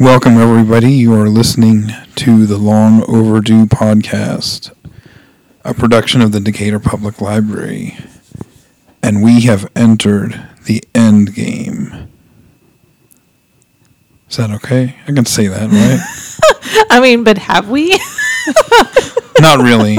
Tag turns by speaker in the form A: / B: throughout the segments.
A: Welcome, everybody. You are listening to the Long Overdue Podcast, a production of the Decatur Public Library. And we have entered the end game. Is that okay? I can say that, right?
B: I mean, but have we?
A: not really.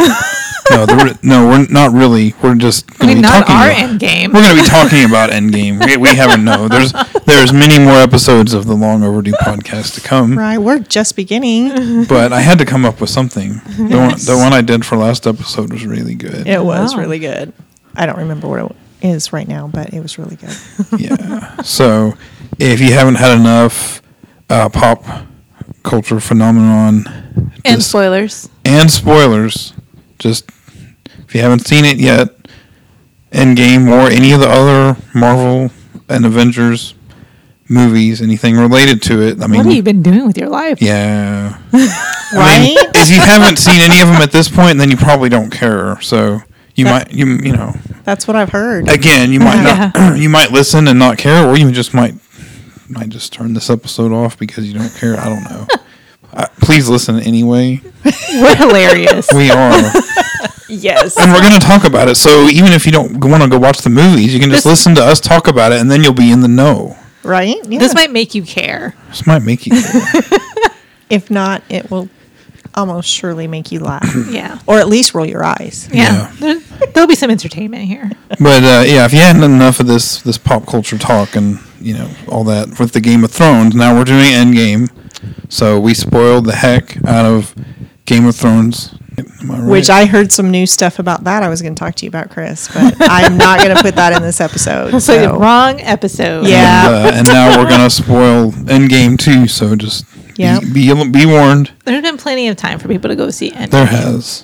A: No, the re- no, we're not really. We're just
B: I
A: going
B: mean,
A: to be
B: not
A: talking
B: our
A: about-
B: end game.
A: We're going to be talking about Endgame. We, we haven't no. There's there's many more episodes of the Long Overdue podcast to come.
C: Right, we're just beginning.
A: But I had to come up with something. The, one, the one I did for last episode was really good.
C: It was
B: Wow.
C: really good. I don't remember what it is right now, but it was really good.
A: Yeah. So if you haven't had enough uh, pop culture phenomenon
B: and
A: this-
B: spoilers.
A: and spoilers, just if you haven't seen it yet, Endgame or any of the other Marvel and Avengers movies, anything related to it, I mean,
B: what have you been doing with your life?
A: yeah.
C: Right?
A: if you haven't seen any of them at this point, then you probably don't care. So you might, you you know,
C: That's what I've heard.
A: again, you might not, you might listen and not care, or you just might, might just turn this episode off because you don't care. I don't know. Uh, please listen anyway.
B: We're hilarious.
A: We are,
C: yes.
A: and we're going to talk about it. So even if you don't want to go watch the movies, you can just
B: This-
A: listen to us talk about it, and then you'll be in the know.
C: Right? Yeah.
B: This might make you care.
A: This might make you. Care.
C: if not, it will almost surely make you laugh.
B: Yeah.
C: or at least roll your eyes.
A: Yeah.
B: Yeah. There, there'll be some entertainment here.
A: But uh, yeah, if you hadn't had enough of this this pop culture talk and you know all that with the Game of Thrones, now we're doing Endgame. So we spoiled the heck out of Game of Thrones. Am I right?
C: Which I heard some new stuff about that I was going to talk to you about, Chris, but I'm not going to put that in this episode.
B: So the
C: so-
B: wrong episode.
C: Yeah.
A: And, uh, and now we're gonna spoil Endgame too. So just
C: Yep.
A: be, be be warned.
B: There's been plenty of time for people to go see it.
A: There has.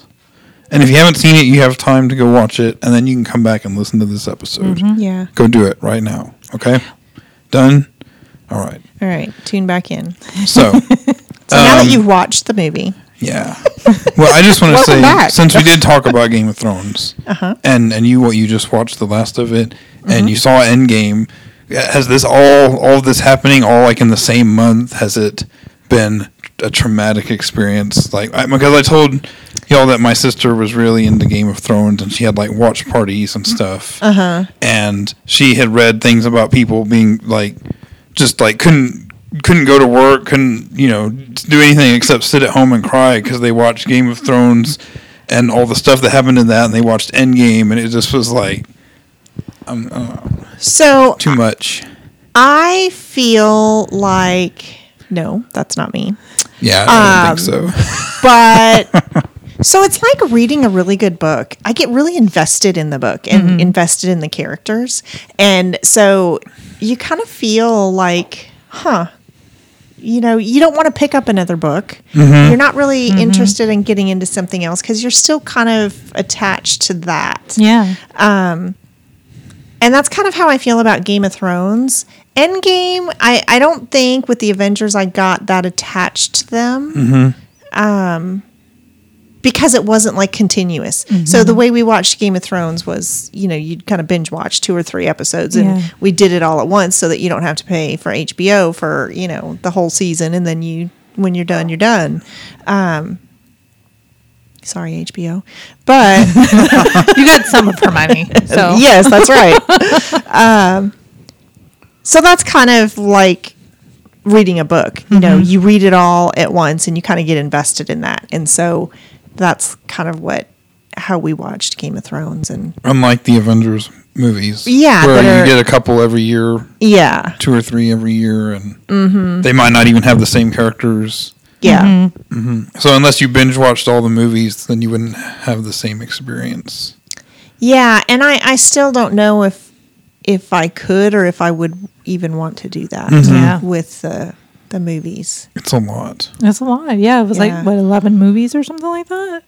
A: And if you haven't seen it, you have time to go watch it, and then you can come back and listen to this episode.
C: Mm-hmm. Yeah.
A: Go do it right now. Okay. Done. All right.
C: All right. Tune back in.
A: So.
C: So now
A: um,
C: that you've watched the movie,
A: Yeah. Well, I just want to
C: Welcome
A: say
C: back. Uh-huh.
A: since we did talk about Game of Thrones, and and you what you just watched the last of it,
C: Mm-hmm.
A: and you saw Endgame. Has this all all of this happening all like in the same month? Has it been a traumatic experience? Like I, because I told y'all that my sister was really into Game of Thrones and she had like watch parties and stuff, uh-huh. and she had read things about people being like just like couldn't couldn't go to work, couldn't you know do anything except sit at home and cry because they watched Game of Thrones and all the stuff that happened in that, and they watched Endgame, and it just was like
C: so
A: too much.
C: I feel like no, that's not me.
A: Yeah, I don't
C: Um,
A: think so.
C: But so it's like reading a really good book. I get really invested in the book and invested in the characters. And so you kind of feel like, huh, you know, you don't want to pick up another book. You're not really interested in getting into something else because you're still kind of attached to that.
B: Yeah.
C: And that's kind of how I feel about Game of Thrones. Endgame, I, I don't think with the Avengers I got that attached to them. Um, because it wasn't like continuous. So the way we watched Game of Thrones was, you know, you'd kind of binge watch two or three episodes and
B: Yeah.
C: we did it all at once so that you don't have to pay for HBO for, you know, the whole season and then you when you're done, you're done. Um, sorry, HBO. But
B: you got some of her money. So
C: Yes, that's right. um, so that's kind of like reading a book. You know, you read it all at once and you kind of get invested in that. And so that's kind of what how we watched Game of Thrones and
A: Unlike the Avengers movies,
C: Yeah,
A: where
C: that
A: you
C: are-
A: get a couple every year,
C: yeah.
A: two or three every year, and
C: Mm-hmm.
A: they might not even have the same characters.
C: Yeah.
A: So unless you binge watched all the movies, then you wouldn't have the same experience.
C: Yeah, and I I still don't know if if I could or if I would even want to do that
B: Yeah.
A: Mm-hmm.
C: with the the movies.
A: It's a lot.
B: that's a lot. Yeah. It was
C: Yeah.
B: like, what, 11 movies or something like that?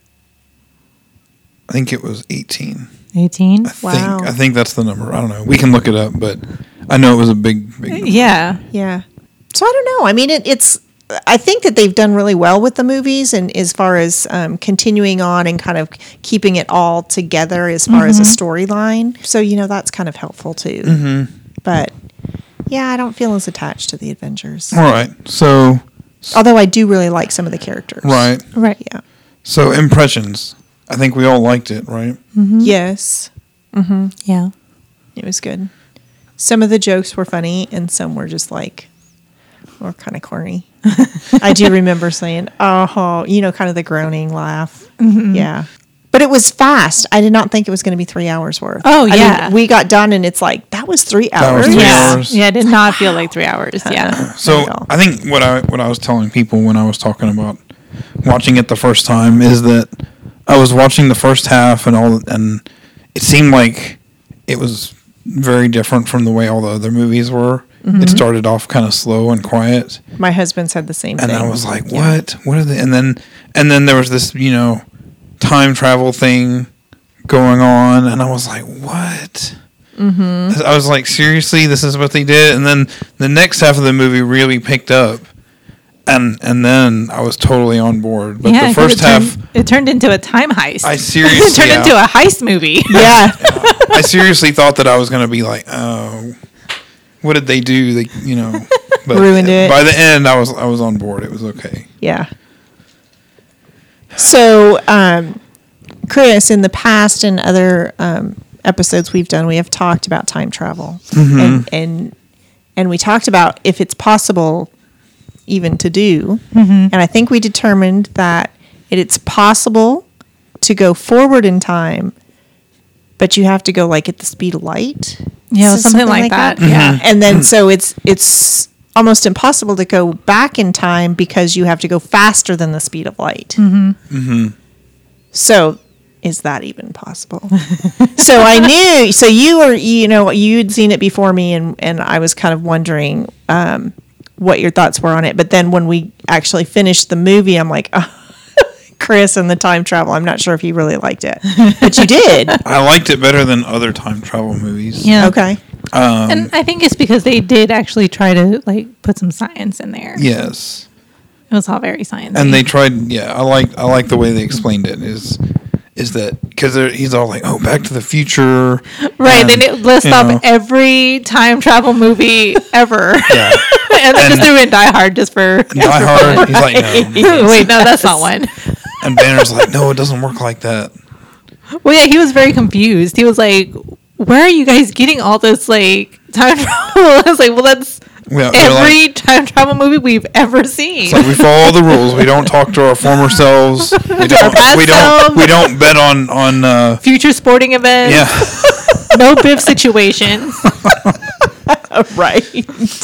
A: I think it was eighteen.
B: 18?
A: I think-
C: Wow.
A: I think that's the number. I don't know. We can look it up, but I know it was a big, big. Number.
B: Yeah.
C: Yeah. So I don't know. I mean, it, it's I think that they've done really well with the movies, and as far as um, continuing on and kind of keeping it all together as far as a storyline. So you know that's kind of helpful too. But yeah, I don't feel as attached to the Avengers,
A: All right. So,
C: although I do really like some of the characters.
A: right.
B: Right.
C: Yeah.
A: So, impressions. I think we all liked it, right?
C: Mm-hmm. Yes,
B: Yeah.
C: it was good. Some of the jokes were funny, and some were just like, were kind of corny. I do remember saying, "Oh," you know, kind of the groaning laugh.
B: Mm-hmm.
C: Yeah, but it was fast. I did not think it was going to be three hours worth.
B: Oh,
C: I mean,
B: yeah.
C: we got done, and it's like that was three
A: was
C: hours.
A: three
B: yeah.
A: hours.
B: Yeah. It did not feel like three hours. Yeah.
A: So,
C: Not at all.
A: I think what I what I was telling people when I was talking about watching it the first time is that I was watching the first half and all, and it seemed like it was very different from the way all the other movies were.
C: Mm-hmm.
A: It started off kind of slow and quiet,
C: My husband said the same
A: and
C: thing.
A: I was like, "What? What are they?" And then, and then there was this, you know, time travel thing going on, and I was like, "What?" Mm-hmm. I was like, "Seriously, this is what they did." And then the next half of the movie really picked up, and and then I was totally on board. But
B: yeah,
A: the
B: 'cause
A: first
B: it turned-
A: half,
B: it turned into a time heist.
A: I
B: it
A: seriously,
B: turned into
A: I,
B: a heist movie.
C: yeah,
A: I seriously thought that I was going to be like, "Oh, what did they do?" They, you know, but
C: Ruined it.
A: By the end, I was I was on board. It was okay.
C: Yeah. So, um, Chris, in the past and other um, episodes we've done, we have talked about time travel, and, and and we talked about if it's possible even to do,
B: Mm-hmm.
C: and I think we determined that it, it's possible to go forward in time, but you have to go like at the speed of light.
B: Yeah,
C: So
B: something like that. Yeah.
C: and then so it's it's almost impossible to go back in time because you have to go faster than the speed of light. Mm-hmm. Mm-hmm. So is that even possible? so I knew. So you were you know you'd seen it before me, and and I was kind of wondering um, what your thoughts were on it. But then when we actually finished the movie, I'm like. Oh, Chris and the time travel. I'm not sure if he really liked it, but you did.
A: I liked it better than other time travel movies.
B: Yeah.
C: Okay.
A: Um,
B: and I think it's because they did actually try to like put some science in there.
A: Yes.
B: It was all very science.
A: And they tried. Yeah, I like I like the way they explained it. Is is that because he's all like, "Oh, Back to the Future."
B: right.
A: and,
B: They did list
A: you
B: off
A: know,
B: every time travel movie ever.
A: Yeah.
B: and they just threw in Die Hard just for.
A: Die Hard. He's like, no.
B: Wait, no, that's not one.
A: And Banner's like, no, it doesn't work like that.
B: Well, yeah, he was very confused. He was like, "Where are you guys getting all this like time travel?" I was like, "Well, that's
A: Yeah, they're
B: every
A: like,
B: time travel movie we've ever seen."
A: it's like we follow the rules. We don't talk to our former selves. We don't.
B: past
A: We
B: selves.
A: don't. We don't bet on on. Uh,
B: Future sporting events,
A: yeah.
B: no Biff situations.
C: Right.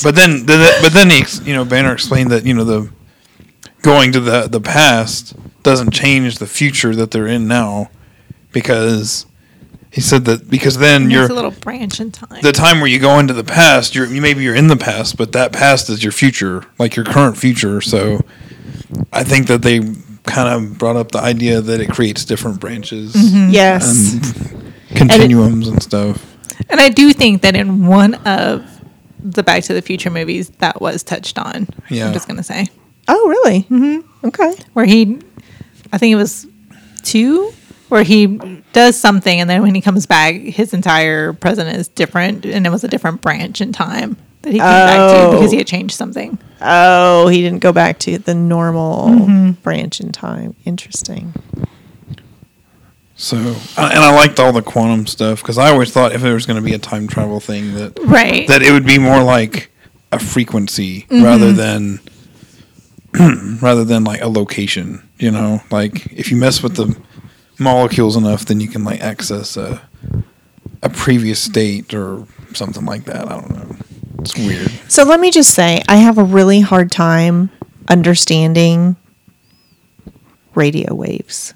A: But then, but then he, ex- you know, Banner explained that you know the going to the the past doesn't change the future that they're in now, because he said that because then
B: There's
A: you're
B: a little branch in time.
A: the time where you go into the past, you're you- maybe you're in the past, but that past is your future, like your current future. So, I think that they kind of brought up the idea that it creates different branches,
B: Mm-hmm.
C: Yes.
A: Um, continuums, and stuff.
B: and I do think that in one of the Back to the Future movies, that was touched on.
A: Yeah.
B: I'm just gonna say
C: Oh, really? Mm-hmm. Okay.
B: where he, I think it was two. Where he does something, and then when he comes back, his entire present is different, and it was a different branch in time that he came back to because he had changed something.
C: Oh, Mm-hmm. he didn't go back to the normal branch in time. Interesting.
A: So, I- and I liked all the quantum stuff because I always thought if there was going to be a time travel thing that
B: Right.
A: that it would be more like a frequency rather than rather than like a location. You know, like if you mess with the molecules enough, then you can like access a a previous state or something like that. I don't know. It's weird.
C: So let me just say, I have a really hard time understanding radio waves.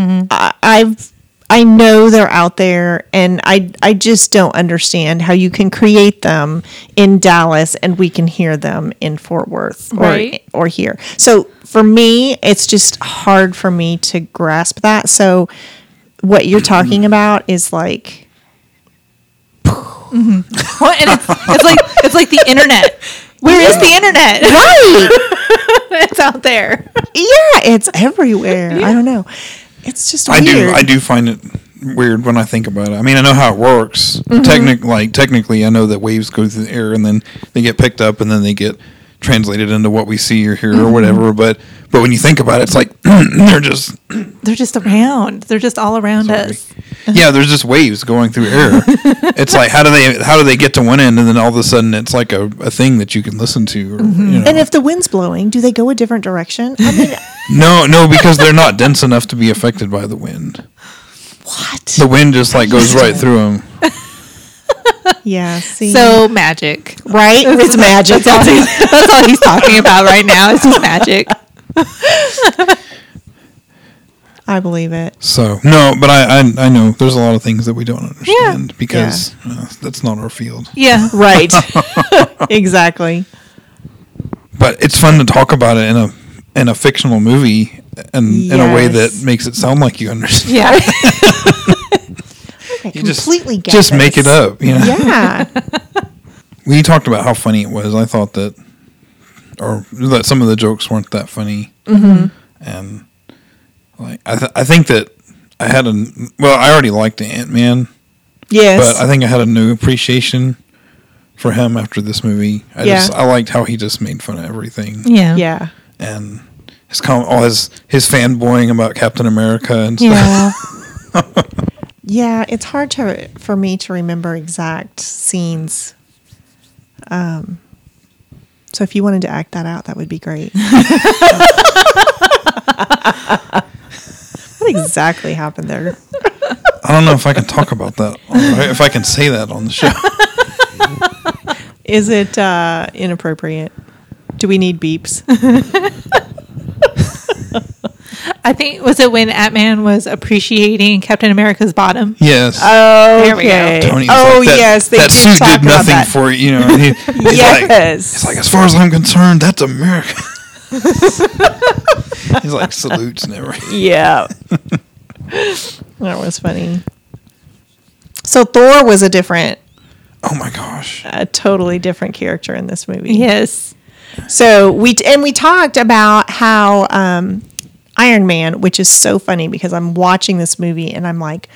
C: I, I've I know they're out there, and I I just don't understand how you can create them in Dallas and we can hear them in Fort Worth or
B: Right.
C: or here. So for me, it's just hard for me to grasp that. So what you're talking about is like
B: Well, and it's, it's like it's like the internet. Where is the internet?
C: Right.
B: it's out there.
C: yeah, it's everywhere. I don't know. It's just
A: I
C: weird.
A: do. I do find it weird when I think about it. I mean, I know how it works.
C: Mm-hmm.
A: Technic, like technically, I know that waves go through the air and then they get picked up and then they get translated into what we see or hear
C: Mm-hmm.
A: or whatever. But but when you think about it, it's like they're just
B: They're just around. They're just all around us.
A: yeah. There's just waves going through air. it's like how do they how do they get to one end and then all of a sudden it's like a, a thing that you can listen to. Or, you know.
C: Mm-hmm. and if the wind's blowing, do they go a different direction? I mean,
A: no, no, because they're not dense enough to be affected by the wind.
C: what?
A: The wind just like goes right through them.
C: Yeah. See.
B: So magic.
C: right, it's magic.
B: That's all, he's, that's all he's talking about right now. It's just magic.
C: I believe it.
A: So no, but I, I I know there's a lot of things that we don't understand because uh, that's not our field.
B: Yeah.
C: Right. exactly.
A: But it's fun to talk about it in a in a fictional movie and in a way
C: Yes.
A: that makes it sound like you understand.
B: Yeah.
C: I
A: You just-
C: completely get
A: just make
C: this.
A: it up. You know,
C: Yeah.
A: we talked about how funny it was. I thought that, or that some of the jokes weren't that funny, mm-hmm. and like I th- I think that I had a well I already liked Ant Man.
C: yes.
A: but I think I had a new appreciation for him after this movie. I
C: Yeah.
A: just I liked how he just made fun of everything
B: Yeah.
C: yeah.
A: and his com- all his his fanboying about Captain America and stuff.
B: Yeah.
C: Yeah, it's hard to for me to remember exact scenes. Um, so if you wanted to act that out, that would be great. what exactly happened there?
A: I don't know if I can talk about that. All right, if I can say that on the show.
C: Is it uh, inappropriate? Do we need beeps?
B: I think was it when Atman was appreciating Captain America's bottom?
A: Yes.
C: Oh,
B: There we go.
A: Tony's
C: oh
A: like, that,
C: yes, they
A: that
C: did
A: suit did
C: talk about
A: nothing
C: that.
A: for it, you know. and he- he's like,
C: yes,
A: it's like as far as I'm concerned, that's America. he's like salutes and everything.
C: yeah. that was funny. So Thor was a different
A: Oh my gosh.
C: a totally different character in this movie.
B: Yes.
C: So we t- and we talked about how um, Iron Man, which is so funny because I'm watching this movie and I'm like,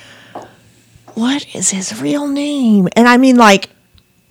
C: what is his real name? And I mean, like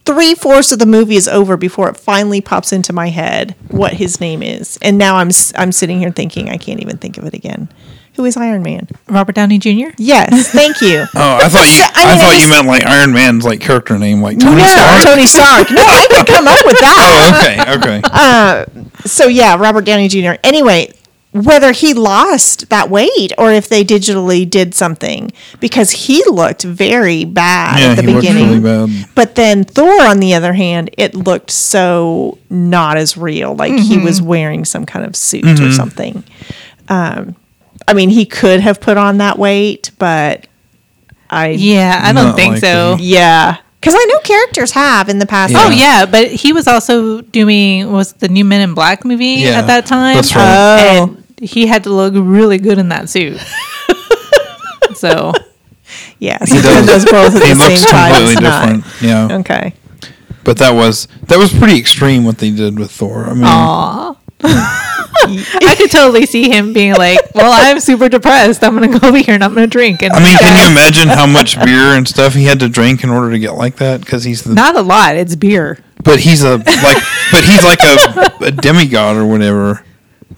C: three fourths of the movie is over before it finally pops into my head what his name is, and now I'm s- I'm sitting here thinking I can't even think of it again. Who is Iron Man?
B: Robert Downey Jr.
C: Yes, thank you.
A: Oh, I thought you.
C: So, I
A: I,
C: mean,
A: thought
C: I
A: you
C: just-
A: meant like Iron Man's like character name, like Tony
C: no,
A: Stark.
C: Tony Stark. No, I could come up with that.
A: Oh, okay, okay.
C: so yeah, Robert Downey Jr. Anyway, whether he lost that weight or if they digitally did something, because he looked very bad
A: yeah,
C: at the
A: he looked
C: beginning.
A: really bad.
C: But then Thor, on the other hand, it looked so not as real. Like he was wearing some kind of suit
A: Mm-hmm.
C: or something. Um, I mean, he could have put on that weight, but I
B: Yeah, I don't
A: Not
B: think so.
A: likely.
C: yeah, because I know characters have in the past.
B: Oh
A: Yeah.
B: yeah, but he was also doing was the new Men in Black movie
A: Yeah,
B: at that time.
A: that's right.
C: Oh,
B: And he had to look really good in that suit. so
C: yeah.
A: He
C: So doing
A: does.
C: those both at
A: He
C: the
A: looks
C: same time.
A: completely
C: it's not-
A: different. Yeah,
C: Okay.
A: but that was that was pretty extreme what they did with Thor. I mean,
B: aw. I could totally see him being like, Well, I'm super depressed. I'm gonna go over here and I'm gonna drink and
A: I mean, can you imagine how much beer and stuff he had to drink in order to get like that? Because he's the
B: not a lot, it's beer.
A: but he's a like but he's like a, a demigod or whatever.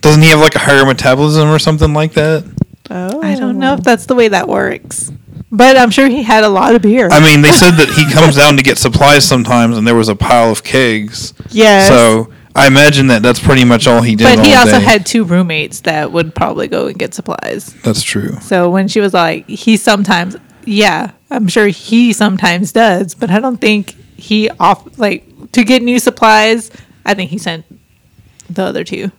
A: Doesn't he have like a higher metabolism or something like that?
C: Oh,
B: I don't know if that's the way that works. But I'm sure he had a lot of beer.
A: I mean, they said that he comes down to get supplies sometimes, and there was a pile of kegs.
C: Yes.
A: So I imagine that that's pretty much all he did.
B: but he
A: all
B: also
A: day.
B: had two roommates that would probably go and get supplies.
A: That's true.
B: So when she was like, he sometimes, yeah, I'm sure he sometimes does, but I don't think he off like to get new supplies. I think he sent the other two.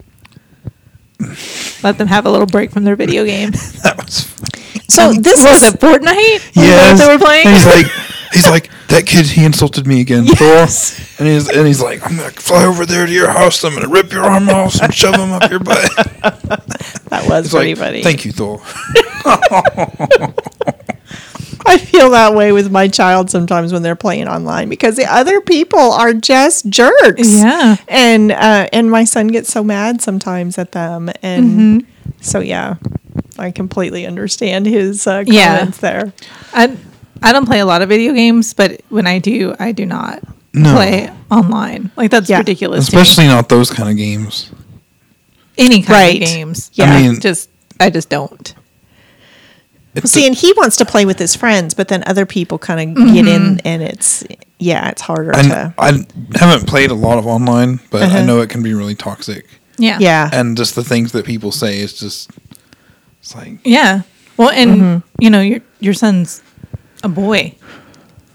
B: Let them have a little break from their video game.
A: That was.
C: So this
B: was
C: is
B: it Fortnite?
A: Yes.
B: that they were playing.
A: And he's like, he's like that kid. He insulted me again,
C: Yes.
A: Thor. And he's and he's like, I'm gonna fly over there to your house. I'm gonna rip your arm off and shove him up your butt.
C: that was
A: It's
C: pretty
A: like,
C: funny.
A: thank you, Thor.
C: I feel that way with my child sometimes when they're playing online because the other people are just jerks.
B: Yeah.
C: and uh, and my son gets so mad sometimes at them, and so yeah, I completely understand his uh,
B: Yeah.
C: comments there.
B: I I don't play a lot of video games, but when I do, I do not
A: No.
B: play online. Like that's
C: Yeah.
B: ridiculous. to me.
A: especially not those kind of games.
B: any kind
C: Right.
B: of games.
C: I
B: Yeah,
A: mean-
B: just I just don't.
A: It's
C: See, and he wants to play with his friends, but then other people kind of get in, and it's yeah, it's harder
A: I,
C: to
A: I haven't played a lot of online, but I
C: Uh-huh.
A: know it can be really toxic.
B: Yeah,
C: yeah.
A: And just the things that people say is just, it's like,
B: yeah. Well, and you know your your son's a boy.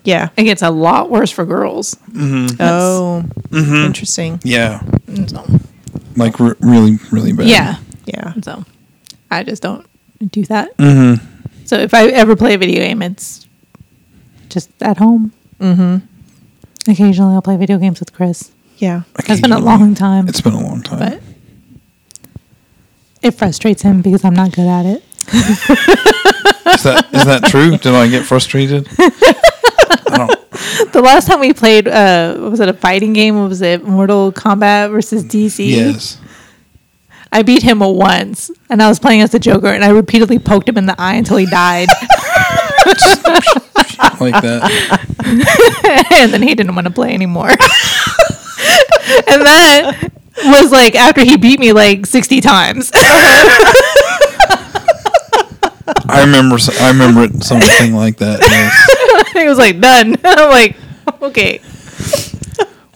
C: Yeah.
B: It gets a lot worse for girls.
C: Oh,
A: Mm-hmm.
C: interesting.
A: yeah,
B: So,
A: like re- really, really bad.
B: yeah,
C: Yeah.
B: so I just don't do that.
A: Mm-hmm.
B: So if I ever play a video game, it's just at home. Mm-hmm. Occasionally, I'll play video games with Chris.
C: Yeah.
B: It's been a
A: Occasionally.
B: long time.
A: It's been a long time.
B: but it frustrates him because I'm not good at it.
A: Is that is that true? Did I get frustrated? I don't,
B: The last time we played, uh, what was it a fighting game? What was it Mortal Kombat versus DC?
A: yes.
B: I beat him once, and I was playing as the Joker, and I repeatedly poked him in the eye until he died,
A: Like that.
B: and then he didn't want to play anymore. and that was like after he beat me like sixty times.
A: I remember s- I remember it, something like that. yes.
B: he was like done. I'm like, okay,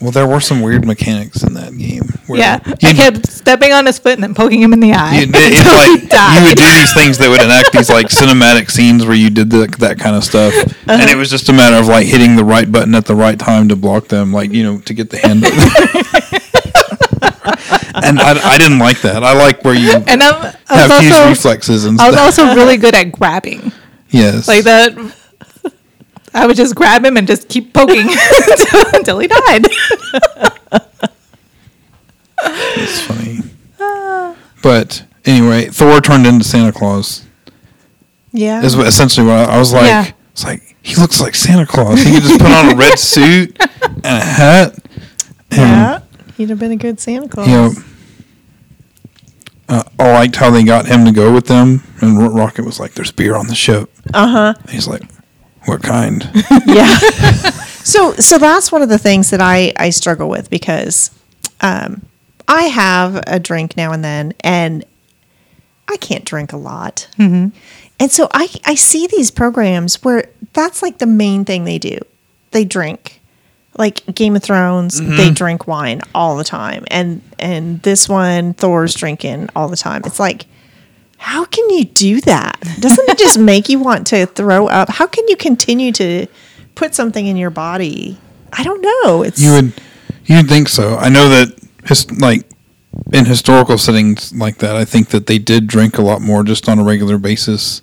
A: Well, there were some weird mechanics in that game. where
B: yeah.
A: you-
B: I kept stepping on his foot and then poking him in the eye.
A: you did- it's
B: until he
A: like
B: died.
A: you would do these things that would enact these like cinematic scenes where you did the, that kind of stuff,
B: Uh-huh.
A: and it was just a matter of like hitting the right button at the right time to block them, like you know to get the hand. and I, I didn't like that. I like where you
B: and I'm, I
A: have
B: was
A: huge
B: also,
A: reflexes and
B: I was
A: stuff.
B: also really good at grabbing.
A: yes,
B: Like that, I would just grab him and just keep poking until, until he died.
A: It's funny.
B: Ah.
A: But anyway, Thor turned into Santa Claus.
C: Yeah.
A: Is what- essentially what I, I was like.
B: Oh. Yeah.
A: It's like he looks like Santa Claus. He could just put on a red suit and a hat. And,
C: yeah. He'd have been a good Santa Claus.
A: Hmm. You know, uh, I liked how they got him to go with them, and Ro- Rocket was like, "There's beer on the ship." Uh
B: Uh-huh.
A: huh. He's like, "What kind?"
C: yeah. so so that's one of the things that I I struggle with because um I have a drink now and then and I can't drink a lot. And so I I see these programs where that's like the main thing they do. They drink. Like Game of Thrones, they drink wine all the time. And and this one Thor's drinking all the time. It's like how can you do that? Doesn't it just make you want to throw up? How can you continue to put something in your body? I don't know. It's
A: You would, you'd think so. I know that his like in historical settings like that, I think that they did drink a lot more just on a regular basis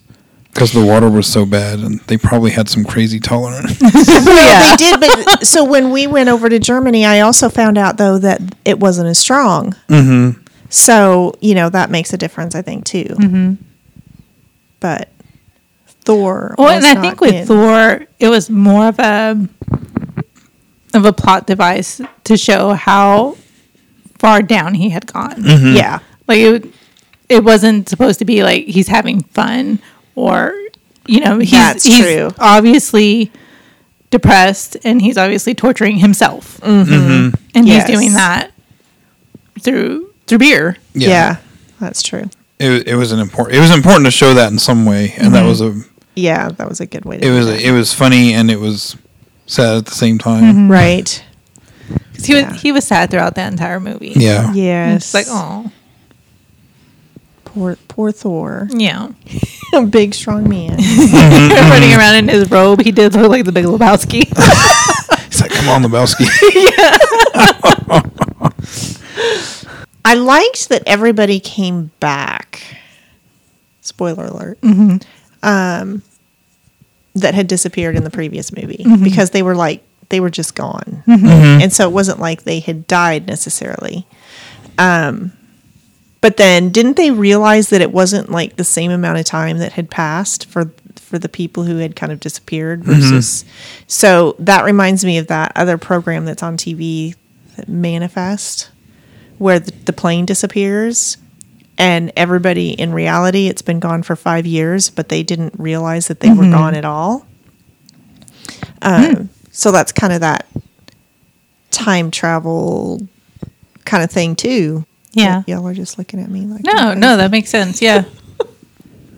A: because the water was so bad, and they probably had some crazy tolerance.
C: well, they did, but so when we went over to Germany, I also found out though that it wasn't as strong. Mm-hmm. So you know that makes a difference, I think too. Mm-hmm. But Thor.
B: Well,
C: was
B: and I
C: not
B: think with
C: in-
B: Thor, it was more of a of a plot device to show how far down he had gone.
A: Mm-hmm.
C: yeah,
B: Like it, it wasn't supposed to be like he's having fun or you know he's,
C: That's
B: he's
C: true.
B: obviously depressed and he's obviously torturing himself, and
C: Yes.
B: he's doing that through through beer.
C: yeah, that's true.
A: It, it was an important. It was important to show that in some way, and that was a.
C: Yeah, that was a good way to.
A: It
C: do
A: was
C: that.
A: a, it was funny and it was sad at the same time.
C: Mm-hmm.
B: Mm-hmm.
C: right.
B: 'Cause he
C: Yeah.
B: was he was sad throughout that entire movie.
A: Yeah.
C: Yes.
B: it's like oh
C: poor poor Thor.
B: yeah.
C: a big strong man.
B: running around in his robe. He did look like the Big Lebowski.
A: He's like, come on, Lebowski.
C: I liked that everybody came back. Spoiler alert. Um, that had disappeared in the previous movie because they were like they were just gone, and so it wasn't like they had died necessarily. Um, but then didn't they realize that it wasn't like the same amount of time that had passed for for the people who had kind of disappeared versus. So that reminds me of that other program that's on TV, that Manifest, where the, the plane disappears. And everybody in reality, it's been gone for five years, but they didn't realize that they were gone at all. Um, So that's kind of that time travel kind of thing too.
B: Yeah.
C: y'all are just looking at me like
B: No, no, that makes sense. Yeah.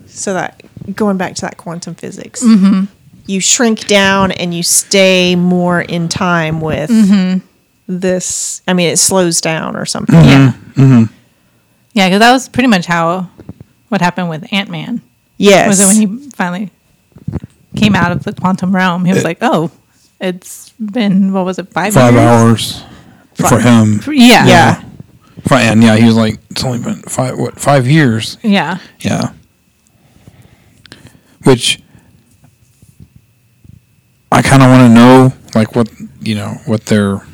C: So that going back to that quantum physics,
B: Mm-hmm.
C: you shrink down and you stay more in time with
B: Mm-hmm.
C: this. I mean, it slows down or something.
A: Mm-hmm.
B: Yeah. Yeah, because that was pretty much how what happened with Ant Man.
C: Yes.
B: Was it when he finally came out of the quantum realm? He was like, "Oh, it's been what was it, five,
A: Five
B: years?
A: hours for him.
B: Yeah,
C: yeah.
A: Fi- And yeah, he was like, it's only been five, what, five years?
B: yeah.
A: Yeah. Which I kind of want to know, like, what, you know, what their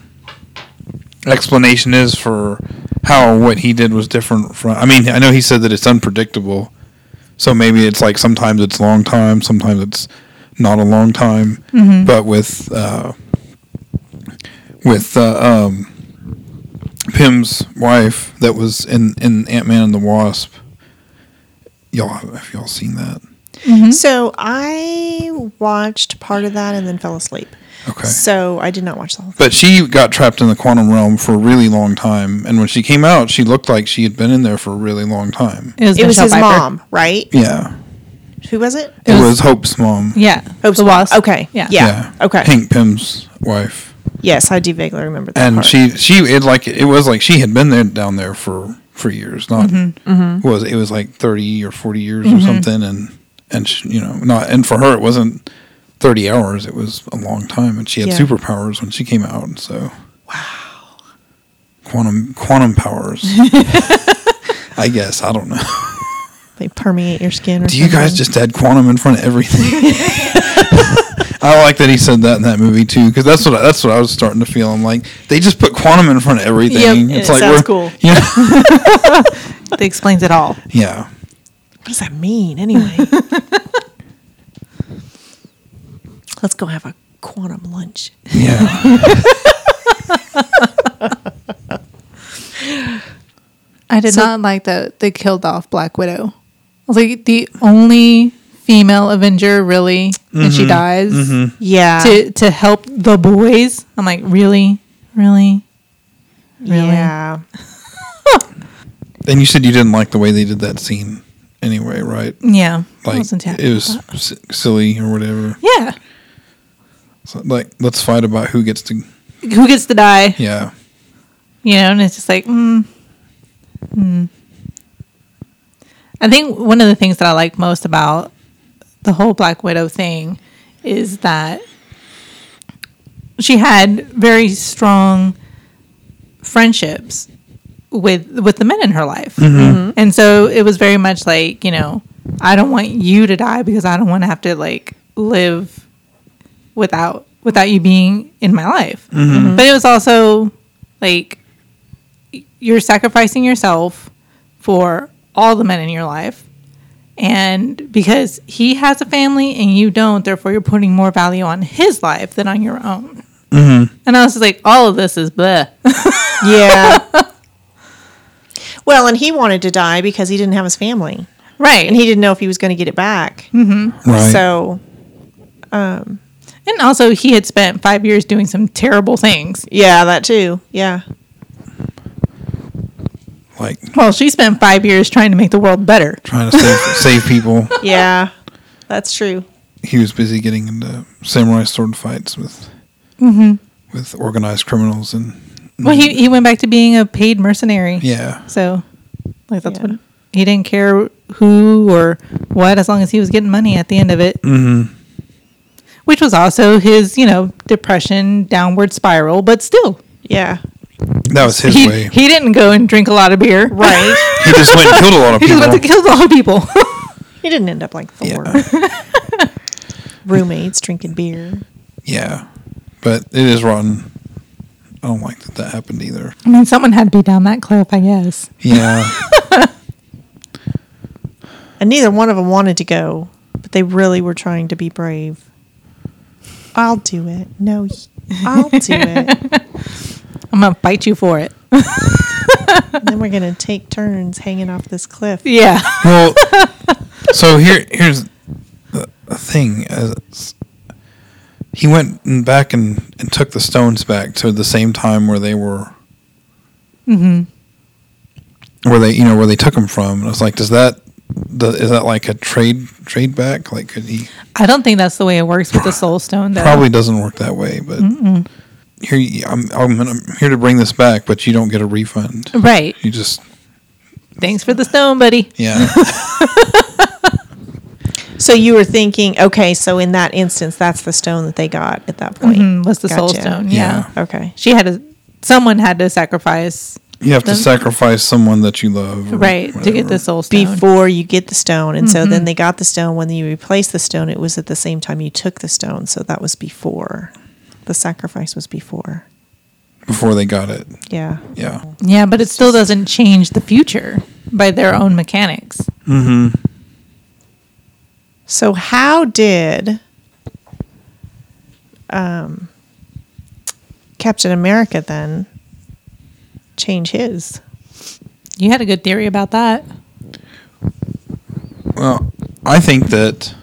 A: explanation is for how what he did was different from. I mean, I know he said that it's unpredictable. So maybe it's like sometimes it's long time, sometimes it's not a long time. But with, uh, with, uh, um, Pym's wife that was in, in Ant Man and the Wasp, y'all have y'all seen that?
B: Mm-hmm.
C: So I watched part of that and then fell asleep.
A: Okay.
C: So I did not watch the whole thing.
A: But she got trapped in the quantum realm for a really long time, and when she came out, she looked like she had been in there for a really long time.
B: It was,
C: It was
B: Michelle
C: his
B: Pfeiffer.
C: mom, right?
A: Yeah,
C: Who was it?
A: it
B: was-
A: was Hope's mom.
B: Yeah,
C: Hope's
B: the
C: mom.
B: wasp.
C: Okay.
B: yeah,
C: Yeah. Okay.
A: Hank Pym's wife,
C: Yes, I do vaguely remember that.
A: and
C: part.
A: she she it like it was like she had been there down there for for years. Not was it was like thirty or forty years or something, and and she, you know not and for her it wasn't thirty hours. It was a long time, and she had
C: Yeah.
A: superpowers when she came out. and So wow, quantum quantum powers. I guess I don't know.
C: they permeate your skin. Or
A: Do you guys
C: something.
A: just add quantum in front of everything? I like that he said that in that movie too, because that's what I, that's what I was starting to feel. I'm like, they just put quantum in front of everything.
B: Yep,
A: it's
B: it
A: like
C: sounds
A: we're-
C: cool.
A: Yeah,
B: that explains it all.
A: yeah.
C: What does that mean anyway? Let's go have a quantum lunch.
A: yeah.
B: I did not like that they killed off Black Widow. Like the only female Avenger, really, and she dies
C: Mm-hmm. Yeah.
B: to to help the boys. I'm like, really, really. really?
C: Yeah.
A: And you said you didn't like the way they did that scene, anyway, right?
B: Yeah, I
A: Like
B: wasn't happy
A: it was
B: about
A: s- silly or whatever.
B: that.
A: So, like, let's fight about who gets to.
B: Yeah, who gets to die?
A: Yeah,
B: You know, and it's just like, mm, mm. I think one of the things that I like most about the whole Black Widow thing is that she had very strong friendships with with the men in her life, and so it was very much like, you know, I don't want you to die because I don't want to have to like live without without you being in my life. But it was also like you're sacrificing yourself for all the men in your life. And because he has a family and you don't, therefore you're putting more value on his life than on your own. And I was just like, all of this is bleh.
C: Yeah. well, and he wanted to die because he didn't have his family
B: right.
C: and he didn't know if he was going to get it back.
A: right.
C: So,
B: and also, he had spent five years doing some terrible things.
C: yeah, that too. Yeah.
A: like
B: Well, she spent five years trying to make the world better.
A: trying to save save people.
C: Yeah. That's true.
A: he was busy getting into samurai sword fights with
B: Mm-hmm.
A: with organized criminals and
B: Well, he, he went back to being a paid mercenary.
A: yeah
B: So, like that's
C: Yeah.
B: what he didn't care who or what, as long as he was getting money at the end of it. Mm-hmm. Which was also his, you know, depression downward spiral, but still,
C: Yeah.
A: that was his
B: he
A: way.
B: he didn't go and drink a lot of beer.
C: Right.
A: He just went and killed a lot of
B: He
A: people.
B: just went to kill a lot of people.
C: he didn't end up like Thor. Roommates drinking beer.
A: yeah, but it is rotten. I don't like that that happened either.
B: I mean, someone had to be down that cliff, I guess.
A: Yeah,
C: And neither one of them wanted to go but they really were trying to be brave. I'll do it. No, y- I'll do it.
B: I'm gonna fight you for it.
C: And then we're gonna take turns hanging off this cliff.
B: Yeah.
A: Well, so here here's the the thing. uh, s- He went and back and, and took the stones back to the same time where they were,
B: Mm-hmm.
A: where they you know where they took them from. And I was like, does that the, is that like a trade trade back? Like, could he
B: I don't think that's the way it works with the soul stone though.
A: probably doesn't work that way? But here you- I'm I'm, gonna- I'm here to bring this back, but you don't get a refund.
B: Right.
A: You just
B: Thanks for the stone, buddy.
A: yeah.
C: So you were thinking, okay, so in that instance, that's the stone that they got at that point.
B: Mm, was the soul
C: Gotcha.
B: stone.
A: Yeah.
B: Yeah.
C: Okay.
B: She had a someone had to sacrifice
A: You have to
B: Then-
A: sacrifice someone that you love, or
B: right to get
A: whatever.
B: the soul stone.
C: Before you get the stone. And so then they got the stone. When you replaced the stone, it was at the same time you took the stone. So that was before. The sacrifice was before.
A: before they got it.
C: Yeah.
A: Yeah.
B: Yeah, but it still doesn't change the future by their own mechanics.
C: So how did um, Captain America then change his?
B: You had a good theory about that.
A: Well, I think that,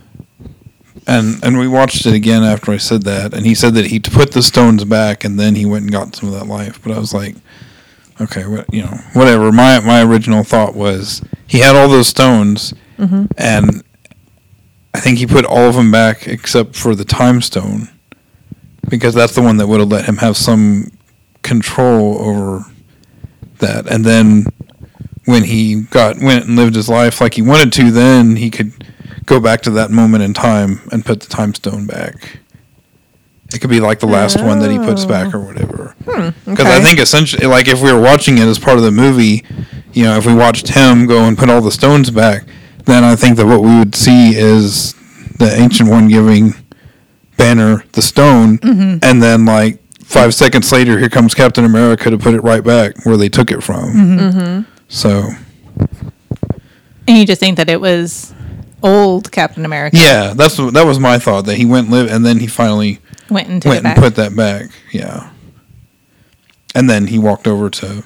A: and and we watched it again after I said that, and he said that he put the stones back, and then he went and got some of that life. But I was like, okay, what you know, whatever. My my original thought was he had all those stones, and I think he put all of them back except for the time stone, because that's the one that would have let him have some control over that. And then when he got went and lived his life like he wanted to, then he could go back to that moment in time and put the time stone back. It could be like the last one that he puts back or whatever. Because I
C: okay.
A: think essentially, like if we were watching it as part of the movie, you know, if we watched him go and put all the stones back, then I think that what we would see is the ancient one giving Banner the stone, and then like five seconds later, here comes Captain America to put it right back where they took it from. So
B: And you just think that it was old Captain America
A: yeah, that's that was my thought that he went live and then he finally
B: went and took
A: went
B: it back.
A: and put that back. Yeah, and then he walked over to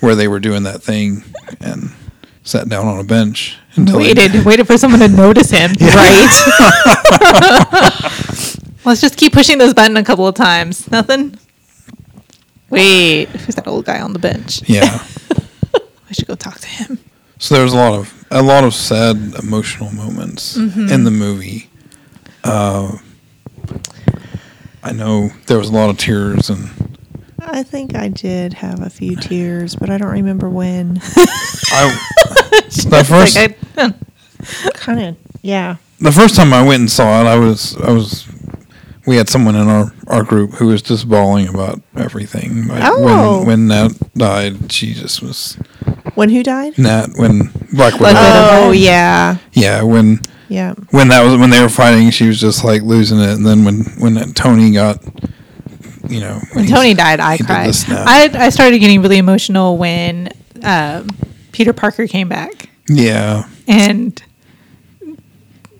A: where they were doing that thing and sat down on a bench until they-
B: waited, waited for someone to notice him. Right. Let's just keep pushing this button a couple of times. Nothing. Wait, who's that old guy on the bench?
A: yeah.
B: I should go talk to him.
A: So there's a lot of a lot of sad emotional moments
B: Mm-hmm.
A: in the movie. Uh, I know there was a lot of tears and
C: I think I did have a few tears, but I don't remember when.
A: I the first
B: Like I,
C: kind of, yeah.
A: the first time I went and saw it, I was I was we had someone in our, our group who was just bawling about everything. Like
C: Oh.
A: when when Nat died, she just was
C: When who died?
A: Nat when Black Widow.
B: Widow.
C: Oh, yeah.
A: yeah, when
C: Yeah.
A: when that was when they were fighting, she was just like losing it. And then when when Tony got, you know, when
B: When
A: he-
B: Tony died, I
A: he did
B: cried.
A: the snap.
B: I, I started getting really emotional when um, Peter Parker came back
A: yeah,
B: and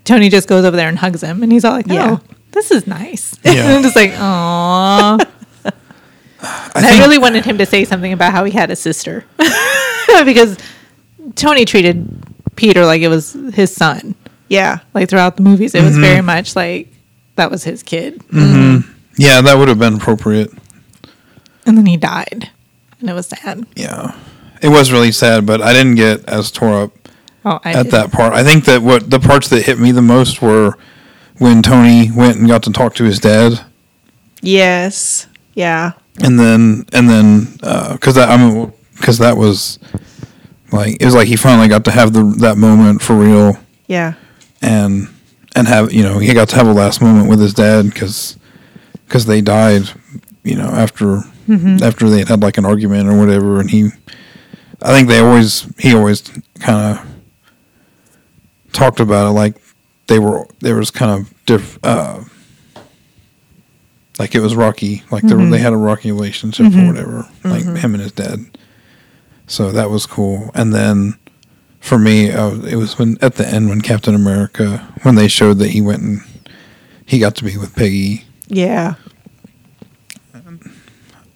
B: Tony just goes over there and hugs him, and he's all like, "Oh,
C: Yeah.
B: this is nice."
A: Yeah.
B: and I'm just like, "Aw."
A: I,
B: And I
A: think,
B: really wanted him to say something about how he had a sister because Tony treated Peter like it was his son.
C: Yeah.
B: Like throughout the movies, it was
A: Mm-hmm.
B: very much like that was his kid,
A: Mm. yeah, that would have been appropriate.
B: and then he died, and it was sad.
A: Yeah, it was really sad, but I didn't get as tore up
B: Oh, I
A: at
B: did.
A: that part. I think that what the parts that hit me the most were when Tony went and got to talk to his dad,
C: Yes. Yeah.
A: and then and then because that I mean because that was like it was like he finally got to have the that moment for real.
C: Yeah.
A: and and have you know he got to have a last moment with his dad because they died you know after after they had had like an argument or whatever and he I think they always he always kind of talked about it like they were there was kind of diff uh like it was rocky like there they had a rocky relationship or whatever like him and his dad so that was cool and then for me, uh, it was when at the end when Captain America when they showed that he went and he got to be with Peggy.
C: Yeah.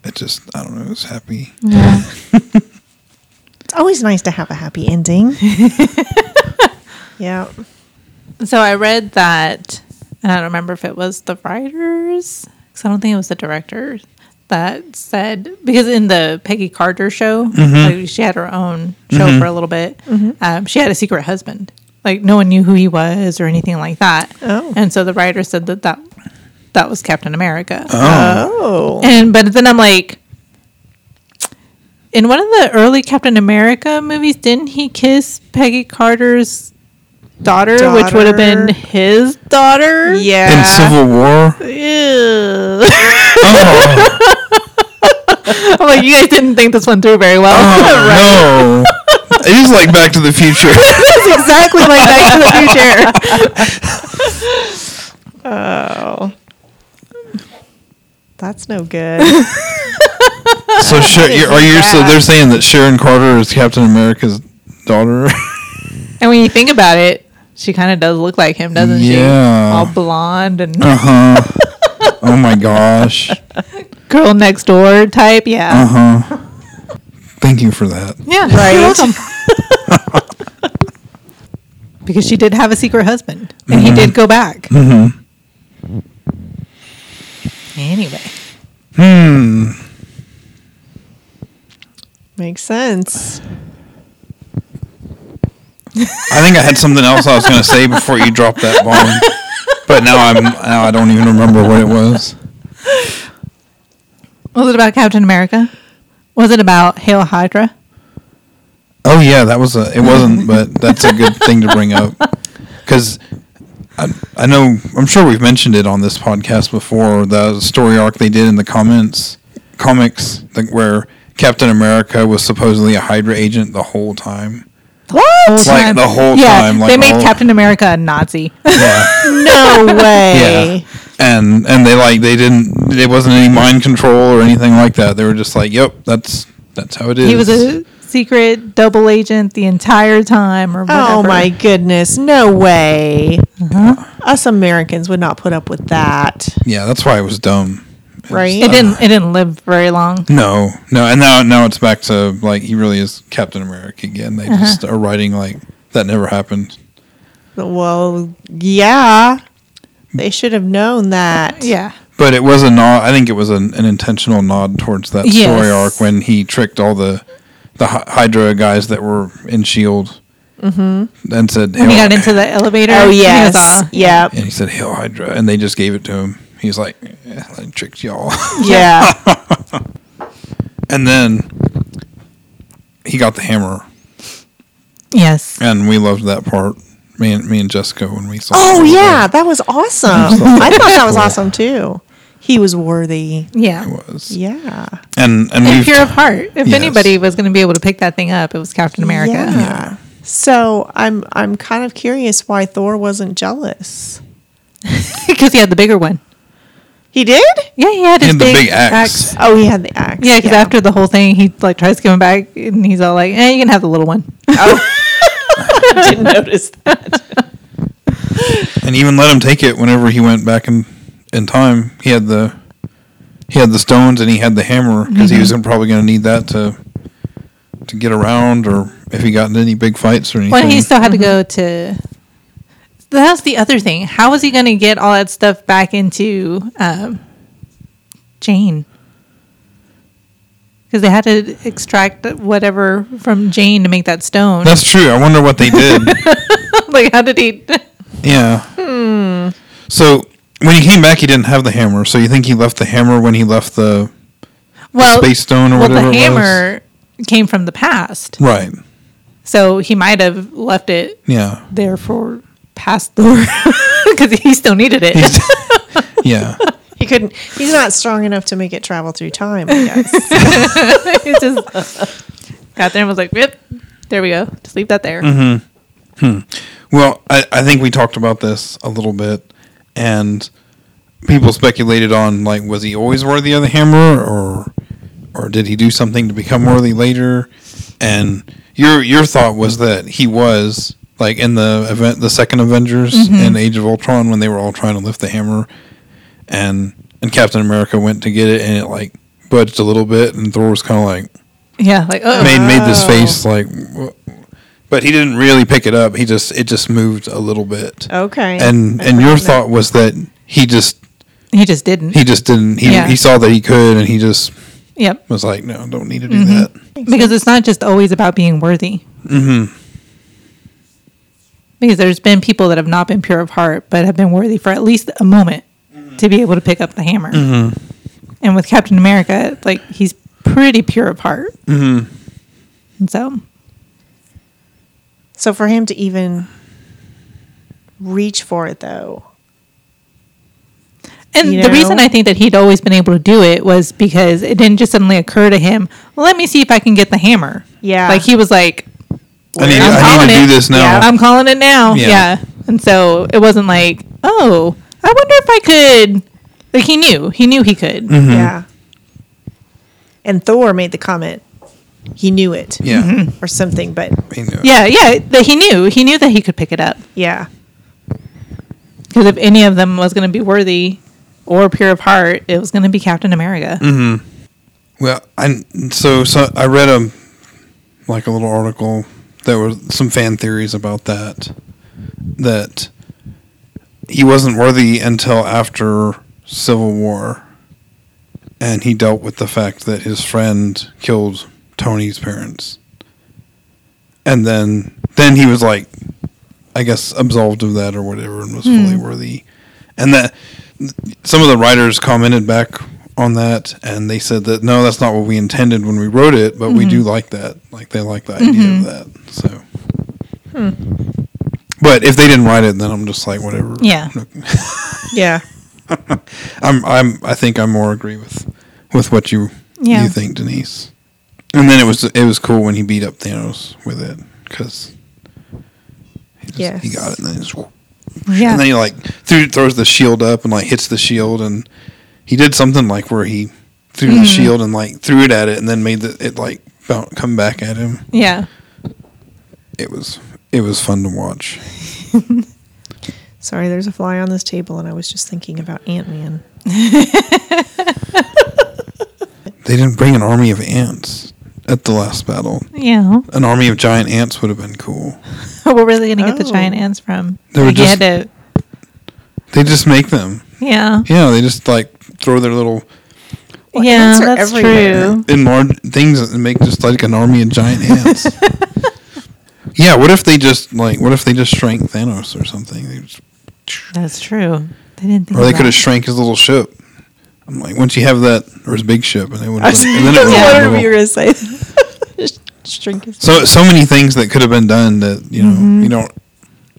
A: It just I don't know, it was happy.
C: It's always nice to have a happy ending. yeah.
B: So I read that, and I don't remember if it was the writers, because I don't think it was the director that said because in the Peggy Carter show, like, she had her own show for a little bit. Um, she had a secret husband. Like no one knew who he was or anything like that.
C: Oh.
B: And so the writer said that that, that was Captain America.
C: Oh.
B: And but then I'm like, in one of the early Captain America movies, didn't he kiss Peggy Carter's daughter, which would have been
C: Daughter.
B: his daughter?
C: Yeah.
A: In Civil War,
B: Ew.
A: oh,
B: I'm like, you guys didn't think this one through very well.
A: oh no, it is like Back to the Future.
C: That's exactly like Back to the Future. oh. That's no good.
A: so Sha- you're, are you? So they're saying that Sharon Carter is Captain America's daughter.
B: and when you think about it, she kind of does look like him, doesn't
A: Yeah.
B: she? All blonde and
A: Uh huh. oh my gosh.
B: girl next door type. Yeah.
A: Uh huh. Thank you for that.
B: Yeah. Right. You're welcome. because she did have a secret husband and he did go back.
A: Mm-hmm.
B: Anyway.
A: Hmm.
C: Makes sense.
A: I think I had something else I was going to say before you dropped that bomb, but now I'm now I don't even remember what it was.
B: Was it about Captain America? Was it about Hail Hydra?
A: Oh yeah, that was a. It wasn't, but that's a good thing to bring up because I, I know I'm sure we've mentioned it on this podcast before. The story arc they did in the comments comics the, where Captain America was supposedly a Hydra agent the whole time.
C: What?
A: Like the whole
B: yeah,
A: time, like
B: they made
A: all-
B: Captain America a Nazi.
A: Yeah.
C: No
A: Yeah.
C: way.
A: And and they like they didn't it wasn't any mind control or anything like that. They were just like, Yep, that's that's how it is.
B: he was a secret double agent the entire time, or whatever.
C: Oh my goodness. No way. Uh-huh. Us Americans would not put up with that.
A: Yeah, that's why it was dumb.
C: Right?
B: It didn't. It didn't live very long.
A: No. No, and now now it's back to like he really is Captain America again.
B: Uh-huh.
A: They just are writing like that never happened.
C: Well, yeah. They should have known that.
B: Yeah.
A: But it was a nod I think it was an, an intentional nod towards that story
B: Yes.
A: arc when he tricked all the the Hy- Hydra guys that were in Shield mm-hmm. E and said
B: When he
A: "Hail-
B: got into the elevator.
C: Oh,
B: he was uh,
C: yes.
B: all-
C: yeah.
A: And he said, Hail Hydra. And they just gave it to him. He's like, "Eh, I tricked y'all.
C: Yeah.
A: and then he got the hammer.
B: Yes.
A: And we loved that part. Me and, me and Jessica, when we saw
C: Oh,
A: it.
C: yeah. That was awesome. I thought that was awesome, too. He was worthy.
B: Yeah.
A: It was.
C: Yeah.
A: And, and
B: And
A: we've.
B: pure of heart. If
A: Yes.
B: anybody was going to be able to pick that thing up, it was Captain America.
C: Yeah. So I'm I'm kind of curious why Thor wasn't jealous.
B: Because he had the bigger one.
C: He did?
B: Yeah, he had his
A: and the big axe.
C: Oh, he had the axe.
B: Yeah, because after the whole thing, he like tries to come back, and he's all like, "Eh, you can have the little one."
C: I didn't notice that.
A: And even let him take it whenever he went back in, in time. He had the. He had the stones and he had the hammer because
B: Mm-hmm.
A: he was gonna- probably going to need that to to get around or if he got in any big fights or anything.
B: Well, he still had to go to. That's the other thing. How was he going to get all that stuff back into um, Jane? Because they had to extract whatever from Jane to make that stone.
A: That's true. I wonder what they did.
B: like, how did he?
A: Yeah.
B: Hmm.
A: So when he came back, he didn't have the hammer. So you think he left the hammer when he left the
B: Well,
A: space stone or
B: well,
A: whatever? it
B: the
A: was?
B: hammer came from the past,
A: Right.
B: so he might have left it
A: Yeah.
B: there for past Thor because he still needed it.
A: He's- yeah.
C: He couldn't he's not strong enough to make it travel through time, I guess.
B: it just got there and was like, "Yep, there we go. Just leave that there."
A: Mm-hmm. Well, I, I think we talked about this a little bit, and people speculated on like was he always worthy of the hammer or or did he do something to become worthy later? And your your thought was that he was like in the event, the second Avengers in Age of Ultron when they were all trying to lift the hammer, and and Captain America went to get it and it like budged a little bit, and Thor was kind of like
B: Yeah, like oh,
A: made made this face like, "Wha-" but he didn't really pick it up. He just it just moved a little bit.
C: Okay.
A: And and your thought was that he just
B: he just didn't.
A: he just didn't he
B: Yeah.
A: he saw that he could and he just
B: yep,
A: was like no don't need to do
B: Mm-hmm.
A: that.
B: because it's not just always about being worthy. Mm-hmm. Because there's been people that have not been pure of heart, but have been worthy for at least a moment to be able to pick up the hammer. And with Captain America, like he's pretty pure of heart. Mm-hmm. And so,
C: So for him to even reach for it, though,
B: and
C: You
B: the
C: know?
B: reason I think that he'd always been able to do it was because it didn't just suddenly occur to him. Let me see if I can get the hammer.
C: Yeah.
B: like he was like,
A: I need,
B: I'm
A: I
B: calling
A: need to do
B: it.
A: this now.
B: I'm calling it now.
A: Yeah.
B: Yeah. And so it wasn't like, oh, I wonder if I could. Like he knew, he knew he could.
A: Mm. Mm-hmm.
C: yeah. And Thor made the comment, he knew it
A: Yeah.
C: or something, but
A: I mean, uh,
B: Yeah, yeah. That he knew, he knew that he could pick it up
C: yeah,
B: because if any of them was going to be worthy or pure of heart, it was going to be Captain America.
A: Mm. Well, I so so I read a like a little article. There were some fan theories about that that he wasn't worthy until after Civil War, and he dealt with the fact that his friend killed Tony's parents, and then then he was like, I guess absolved of that or whatever, and was fully worthy, and that some of the writers commented back on that and they said that no that's not what we intended when we wrote it but we do like that like they like the idea of that so but if they didn't write it then i'm just like whatever
B: Yeah.
C: yeah.
A: i'm i'm i think i more agree with with what you
B: Yeah.
A: you think denise and then it was it was cool when he beat up thanos with it because he, just- he
C: Yes.
A: got it and then he just
B: Yeah.
A: and then he like threw, throws the shield up and like hits the shield and he did something like where he threw
B: Mm-hmm.
A: the shield and like threw it at it and then made the, it like boun come back at him.
B: yeah.
A: It was it was fun to watch.
C: Sorry, there's a fly on this table, and I was just thinking about Ant Man.
A: They didn't bring an army of ants at the last battle.
B: Yeah.
A: An army of giant ants would have been cool.
B: Where were they going to get the
C: Oh.
B: giant ants from?
A: They were
B: Like, you
A: just-
B: had
A: They just make them.
B: to, yeah.
A: Yeah, they just like throw their little
C: Well,
B: yeah,
C: ants are
B: that's
C: everywhere.
B: true.
A: enlarged things and make just like an army of giant ants. yeah, what if they just like what if they just shrank Thanos or something? They just
B: That's true. They didn't think
A: Or they
B: of
A: could have
B: that.
A: shrank his little ship. I'm like, once you have that, or his big ship, and, it would have been, and then it
C: That's
A: would
C: what
A: have
C: were
A: been
C: you
A: little.
C: gonna say? Just Shrink his.
A: So so many things that could have been done that you know you don't.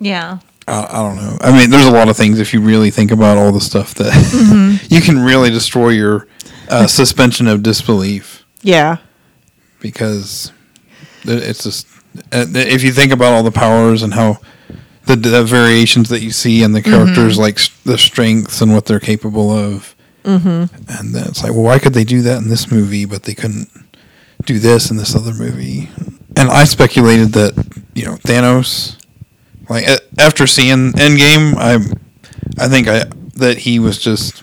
B: Yeah.
A: I, I don't know. I mean, there's a lot of things if you really think about all the stuff that you can really destroy your uh, suspension of disbelief
C: Yeah,
A: because it- it's just uh, if you think about all the powers and how the, the variations that you see and the characters like s- the strengths and what they're capable of and then it's like well why could they do that in this movie but they couldn't do this in this other movie and i speculated that you know thanos like a- after seeing endgame i i think i that he was just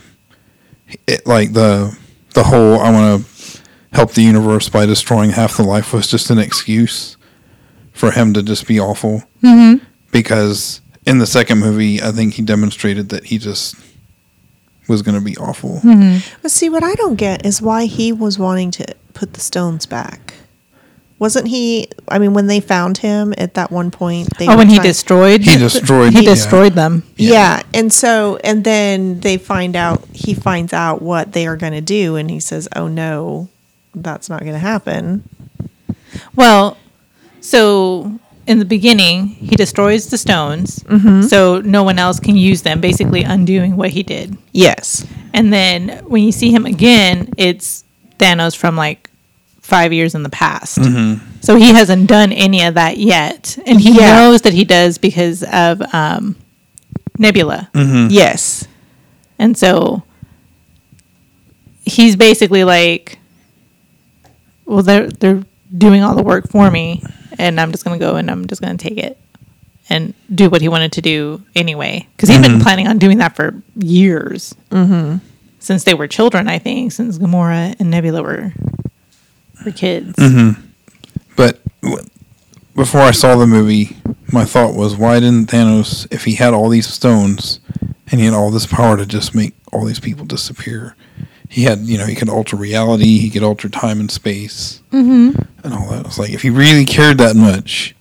A: it, like the the whole i want to help the universe by destroying half the life was just an excuse for him to just be awful mm-hmm. because in the second movie i think he demonstrated that he just was going to be awful
C: but see, what I don't get is why he was wanting to put the stones back. Wasn't he? I mean, when they found him at that one point, they
B: Oh,
C: were
B: when he
C: trying-
B: destroyed.
A: He destroyed-
B: He
A: yeah.
B: destroyed them.
C: Yeah. and so and then they find out. He finds out what they are going to do, and he says, "Oh no, that's not going to happen."
B: Well, so in the beginning, he destroys the stones, so no one else can use them, basically undoing what he did.
C: Yes,
B: And then when you see him again, it's Thanos from like five years in the past. So he hasn't done any of that yet, and he
C: Yeah.
B: knows that he does because of um, Nebula.
C: yes,
B: And so he's basically like, well, they're they're doing all the work for me, and I'm just gonna go and I'm just gonna take it and do what he wanted to do anyway. Because he'd been planning on doing that for years since they were children. I think since Gamora and Nebula were were kids.
A: But w- before I saw the movie, my thought was, why didn't Thanos, if he had all these stones and he had all this power to just make all these people disappear, he had, you know, he could alter reality, he could alter time and space, mm-hmm. and all that. It's like if he really cared that much,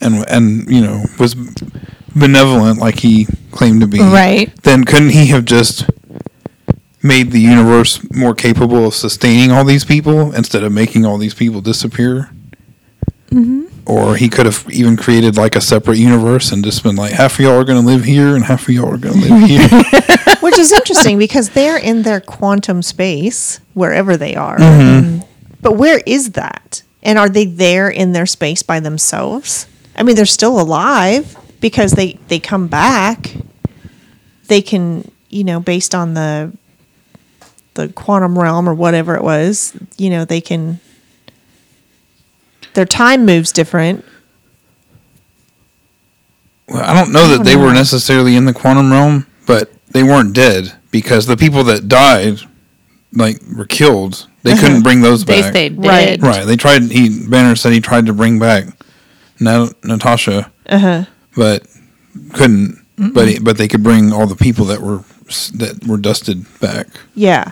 A: and and you know was benevolent like he claimed to be,
B: Right.
A: Then couldn't he have just made the universe more capable of sustaining all these people instead of making all these people disappear? Or he could have even created like a separate universe and just been like, half of y'all are going to live here and half of y'all are going to live here.
C: Which is interesting because they're in their quantum space, wherever they are. But where is that? And are they there in their space by themselves? I mean, they're still alive because they, they come back. They can, you know, based on the the quantum realm or whatever it was, you know, they can their time moves different.
A: Well, I don't know that they were necessarily in the quantum realm, but they weren't dead because the people that died, like, were killed. They couldn't bring those
B: They
A: back.
B: stayed
C: Right.
B: dead.
A: Right. They tried. He Banner said he tried to bring back Na- Natasha, but couldn't. But he, but they could bring all the people that were s- that were dusted back.
C: Yeah.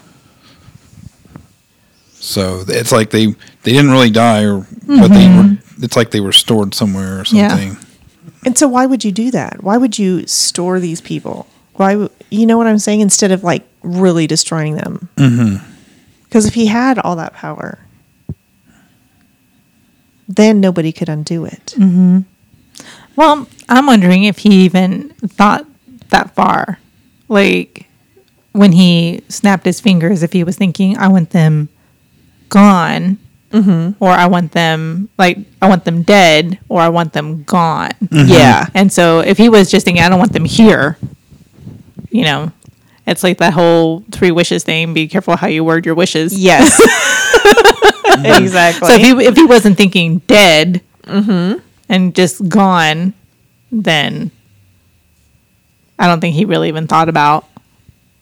A: So it's like they they didn't really die, or but they were. It's like they were stored somewhere or
B: Yeah.
A: something.
C: And so, why would you do that? Why would you store these people? Why, w- you know what I'm saying? Instead of like really destroying them. Because if he had all that power, then nobody could undo it.
B: Well, I'm wondering if he even thought that far. Like when he snapped his fingers, if he was thinking, I want them gone, or I want them, like, I want them dead, or I want them gone.
C: Yeah.
B: And so if he was just thinking, I don't want them here, you know, it's like that whole three wishes thing be careful how you word your wishes.
C: Yes. exactly.
B: So if he, if he wasn't thinking dead
A: Mm-hmm.
B: and just gone, then I don't think he really even thought about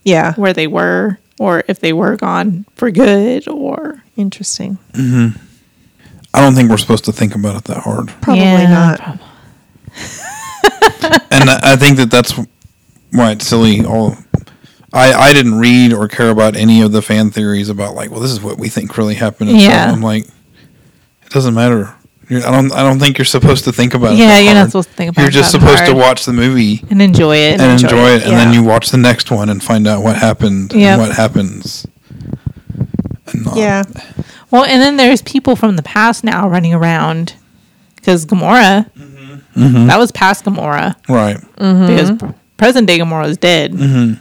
C: yeah.
B: where they were or if they were gone for good or
C: Interesting.
A: I don't think we're supposed to think about it that hard.
C: Probably
B: Yeah,
C: not.
B: prob-
A: and I I think that that's why it's silly. All I I didn't read or care about any of the fan theories about like, well, this is what we think really happened. And so
B: Yeah.
A: I'm like, it doesn't matter. You're, I don't I don't think you're supposed to think about it.
B: Yeah,
A: that
B: you're not
A: hard.
B: supposed to think about
A: You're
B: it
A: just
B: that
A: supposed to
B: hard.
A: watch the movie
B: and enjoy it.
A: and enjoy,
C: enjoy
A: it,
C: it,
A: and then
C: yeah.
A: you watch the next one and find out what happened
B: Yep.
A: and what happens. And not-
C: Yeah.
B: Well, and then there's people from the past now running around because Gamora,
A: Mm-hmm.
B: that was past Gamora.
A: Right.
B: because pr- present day Gamora is dead.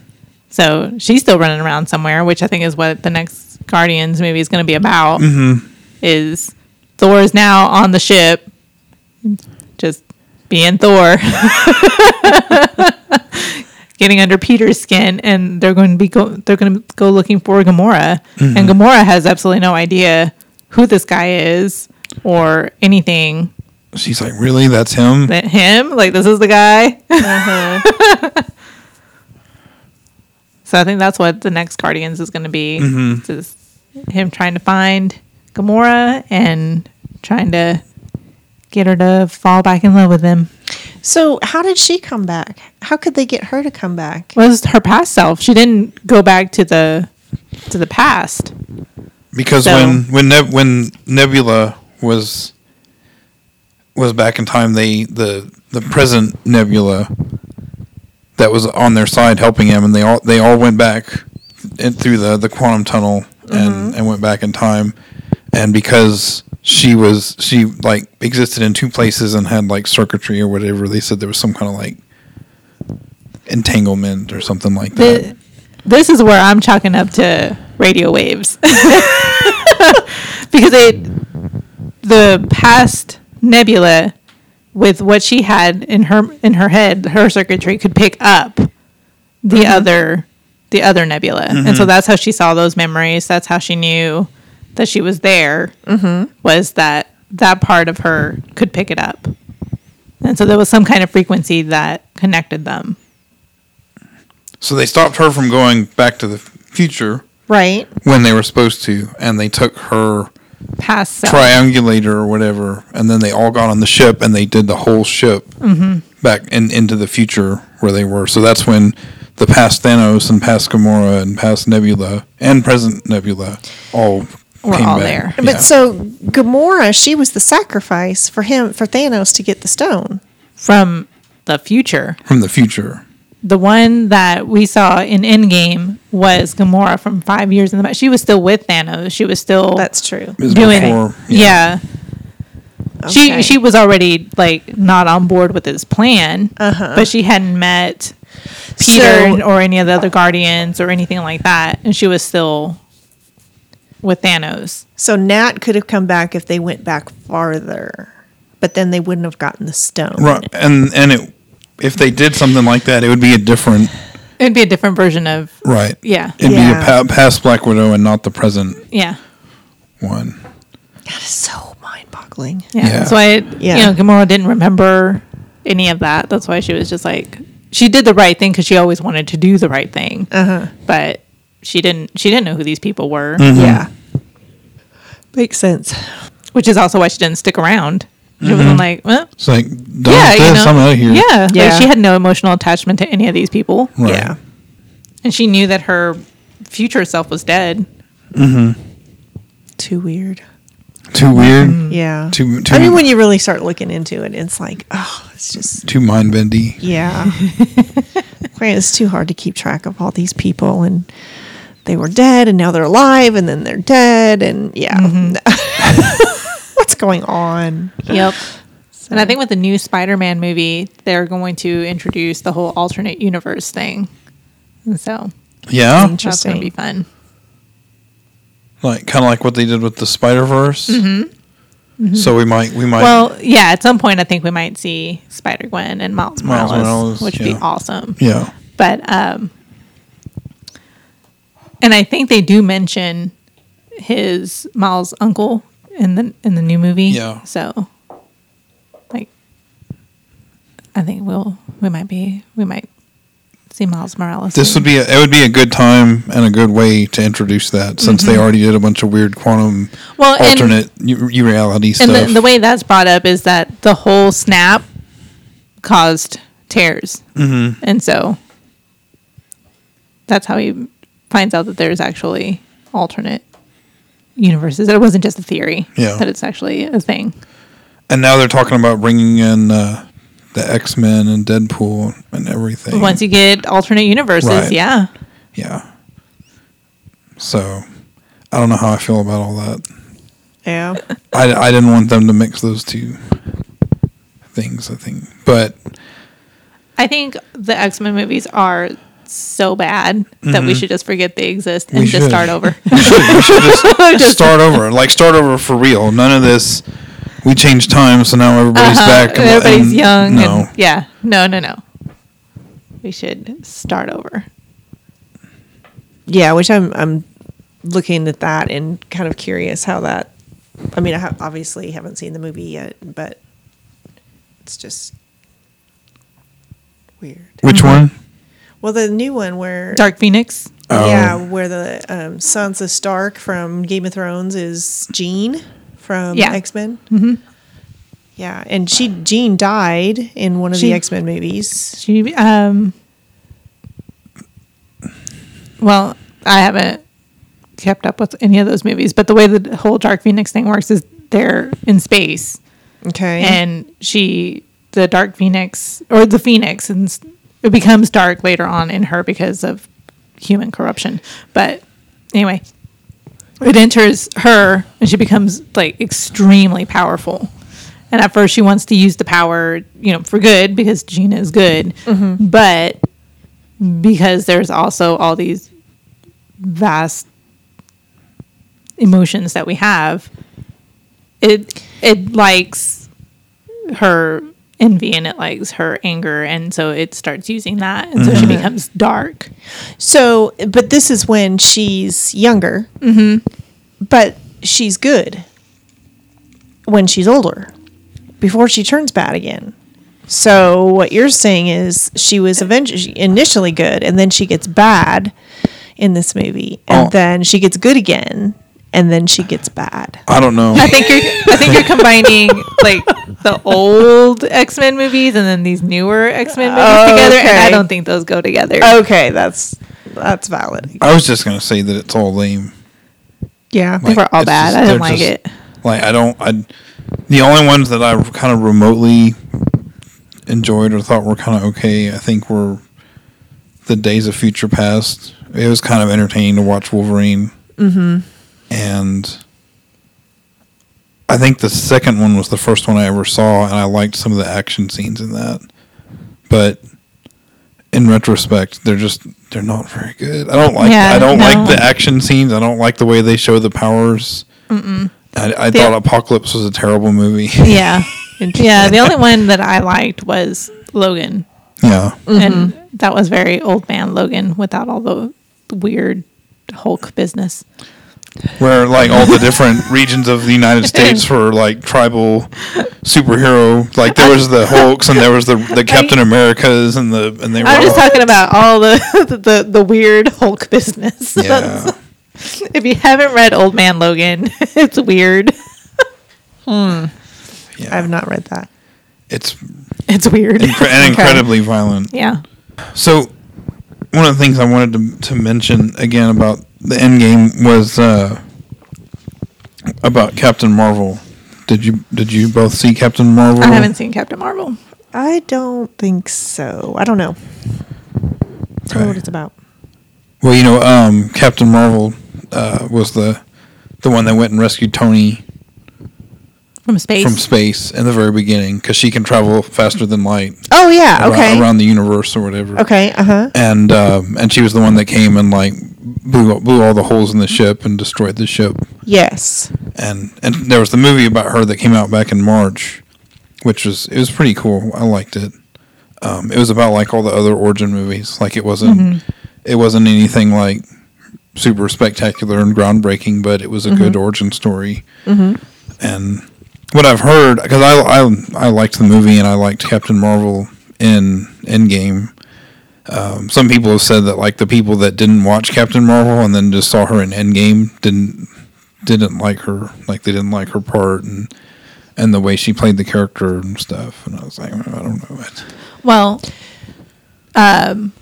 B: So she's still running around somewhere, which I think is what the next Guardians movie is going to be about. Is Thor is now on the ship, just being Thor, getting under Peter's skin, and they're going to be go- they're going to go looking for Gamora, and Gamora has absolutely no idea who this guy is or anything
A: She's like, really? That's him?
B: that him like this is the guy so i think that's what the next guardians is going to be It's just him trying to find gamora and trying to get her to fall back in love with him
C: So, how did she come back? How could they get her to come back?
B: was her past self she didn't go back to the to the past
A: Because
B: So-
A: when when Neb- when Nebula was was back in time, they the the present Nebula that was on their side helping him, and they all they all went back in, through the the quantum tunnel and and went back in time, and because she was she like existed in two places and had like circuitry or whatever, they said there was some kind of like entanglement or something like that.
B: Th- this is where I'm chalking up to radio waves because it the past nebula with what she had in her in her head her circuitry could pick up the other the other nebula and so that's how she saw those memories that's how she knew that she was there was that that part of her could pick it up. And so there was some kind of frequency that connected them.
A: So they stopped her from going back to the future
C: Right.
A: when they were supposed to, and they took her
B: Past self.
A: triangulator or whatever, and then they all got on the ship and they did the whole ship
B: Mm-hmm.
A: back in, into the future where they were. So that's when the past Thanos and past Gamora and past Nebula and present Nebula all
B: Were
A: came
B: all
A: back.
B: there.
A: Yeah.
C: But so Gamora, she was the sacrifice for him for Thanos to get the stone.
B: from the future.
A: from the future.
B: The one that we saw in Endgame was Gamora from five years in the back. She was still with Thanos. She was still
C: That's true.
A: It was
B: doing
A: before-
B: yeah. She
C: Okay.
B: she was already like not on board with his plan, but she hadn't met Peter
C: So-
B: or any of the other Guardians or anything like that, and she was still with Thanos.
C: So Nat could have come back if they went back farther, but then they wouldn't have gotten the stone.
A: Right. And and it if they did something like that, it would be a different
B: It'd be a different version of
A: right.
B: yeah,
A: It'd be
C: Yeah.
A: a pa- past Black Widow and not the present
B: yeah.
A: one.
C: That is so mind-boggling.
B: Yeah.
A: Yeah.
B: That's why, it,
C: Yeah.
B: you know, Gamora didn't remember any of that. That's why she was just like, she did the right thing because she always wanted to do the right thing.
C: Uh-huh.
B: But she didn't, she didn't know who these people were,
A: Mm. Mm-hmm.
C: Yeah. Makes sense.
B: which is also why she didn't stick around. She
A: Mm-hmm.
B: wasn't like, well,
A: It's like done
B: yeah,
A: with
B: you
A: this,
B: know,
A: I'm out of here.
B: yeah. like,
C: Yeah.
B: she had no emotional attachment to any of these people.
A: Right.
C: Yeah.
B: And she knew that her future self was dead.
C: Too weird.
A: Too weird.
C: Yeah.
A: Too too
C: I mean, when you really start looking into it, it's like, oh, it's just
A: too mind bendy.
C: yeah. Right, it's too hard to keep track of all these people, and they were dead, and now they're alive, and then they're dead, and yeah,
A: Mm-hmm.
C: what's going on?
B: Yep. And I think with the new Spider-Man movie, they're going to introduce the whole alternate universe thing. And so
A: Yeah.
B: that's going to be
C: Interesting.
B: fun.
A: like kind of like what they did with the Spider Verse. Mm-hmm. So we might we might
B: Well, yeah, at some point I think we might see Spider Gwen and Miles Morales,
A: Miles Morales,
B: which would
A: yeah.
B: be awesome.
A: yeah
B: But um and I think they do mention his Miles uncle in the in the new movie.
A: Yeah.
B: So like I think we'll we might be we might see Miles Morales.
A: this would be a, it would be a good time and a good way to introduce that since they already did a bunch of weird quantum
B: Mm-hmm. Well, and-
A: alternate u- u- reality stuff.
B: and the, the way that's brought up is that the whole snap caused tears mm-hmm. and so that's how he finds out that there's actually alternate universes that it wasn't just a theory
A: Yeah.
B: that it's actually a thing
A: and now they're talking about bringing in uh, the X Men and Deadpool and everything.
B: once you get alternate universes
A: Right.
B: yeah
A: yeah. So I don't know how I feel about all that.
C: Yeah,
A: I, I didn't want them to mix those two things. I think, but
B: i think the x-men movies are so bad that we should just forget they exist and
A: Mm-hmm. We
B: just
A: should.
B: start over
A: We should, we should just, start over. Like start over for real. None of this. We changed time, so now everybody's
B: Uh-huh.
A: back. and-
B: Everybody's
A: and
B: young.
A: No,
B: And, yeah. No, no, no. We should start over.
C: yeah. Which I'm I'm looking at that and kind of curious how that. I mean, I have, obviously haven't seen the movie yet, but it's just weird.
A: which
B: Mm-hmm.
A: one?
C: Well, the new one where
B: Dark Phoenix.
A: Oh.
C: Yeah, where the um, Sansa Stark from Game of Thrones is Jean from
B: Yeah.
C: X Men. Mm-hmm. Yeah, and she Jean died in one of
B: She-
C: the X Men movies.
B: She. Um. Well, I haven't kept up with any of those movies, but the way the whole Dark Phoenix thing works is they're in space,
C: Okay,
B: and she, the Dark Phoenix or the Phoenix, and s- it becomes dark later on in her because of human corruption. But anyway, it enters her, and she becomes like extremely powerful. And at first, she wants to use the power, you know, for good because Gina is good, but because there's also all these vast emotions that we have it it likes her envy and it likes her anger and so it starts using that and so she
A: Mm-hmm.
B: becomes dark
C: so but this is when she's younger. Mm-hmm. But she's good when she's older before she turns bad again. So what you're saying is she was eventually initially good and then she gets bad in this movie and
A: Oh.
C: then she gets good again and then she gets bad.
A: I don't know.
B: I think you're I think you're combining like the old X Men movies and then these newer X Men movies
C: Oh,
B: together, and I
C: okay.
B: don't think those go together.
C: Okay, that's that's valid.
A: I was just gonna say that it's all lame.
C: Yeah.
B: think we're all
A: it's
B: bad. I
A: they're
B: don't like it.
A: Like I don't. I the only ones that I kind of remotely enjoyed or thought were kind of okay. I think were the Days of Future Past. It was kind of entertaining to watch Wolverine. Mm-hmm. And I think the second one was the first one I ever saw, and I liked some of the action scenes in that. But in retrospect, they're just they're not very good. I don't like
B: Yeah,
A: I don't
B: no.
A: like the action scenes. I don't like the way they show the powers. I, I
B: The-
A: thought Apocalypse was a terrible movie.
B: Yeah, yeah. The only one that I liked was Logan,
A: yeah,
B: and that was very old man Logan without all the weird Hulk business.
A: where like all the different regions of the United States were like tribal superhero. Like there was the Hulks and there was the the Captain Americas and the and they were
B: I'm just
A: all-
B: talking about all the the, the, weird Hulk business.
A: yeah.
B: if you haven't read Old Man Logan, it's weird.
A: yeah.
C: I've not read that.
A: it's
B: It's weird.
A: incre- and incredibly violent.
B: yeah.
A: So, one of the things I wanted to, to mention again about the end game was uh, about Captain Marvel. Did you did you both see Captain Marvel?
B: I haven't seen Captain Marvel.
C: I don't think so. I don't know. Tell me what it's about.
A: Well, you know, um, Captain Marvel uh, was the the one that went and rescued Tony
B: From space.
A: from space in the very beginning because she can travel faster than light
C: Oh yeah,
A: arou-
C: okay.
A: around the universe or whatever.
C: Okay, uh-huh.
A: And um, and she was the one that came and like blew blew all the holes in the ship and destroyed the ship.
C: Yes.
A: and and there was the movie about her that came out back in March, which was it was pretty cool. I liked it. Um, it was about like all the other origin movies. Like it wasn't it wasn't anything like super spectacular and groundbreaking, but it was a good origin story. And what I've heard because I, I I liked the movie and I liked Captain Marvel in Endgame. Um, some people have said that like the people that didn't watch Captain Marvel and then just saw her in Endgame didn't didn't like her, like they didn't like her part and and the way she played the character and stuff. And I was like, "Mm, I don't know it.
B: Well, um,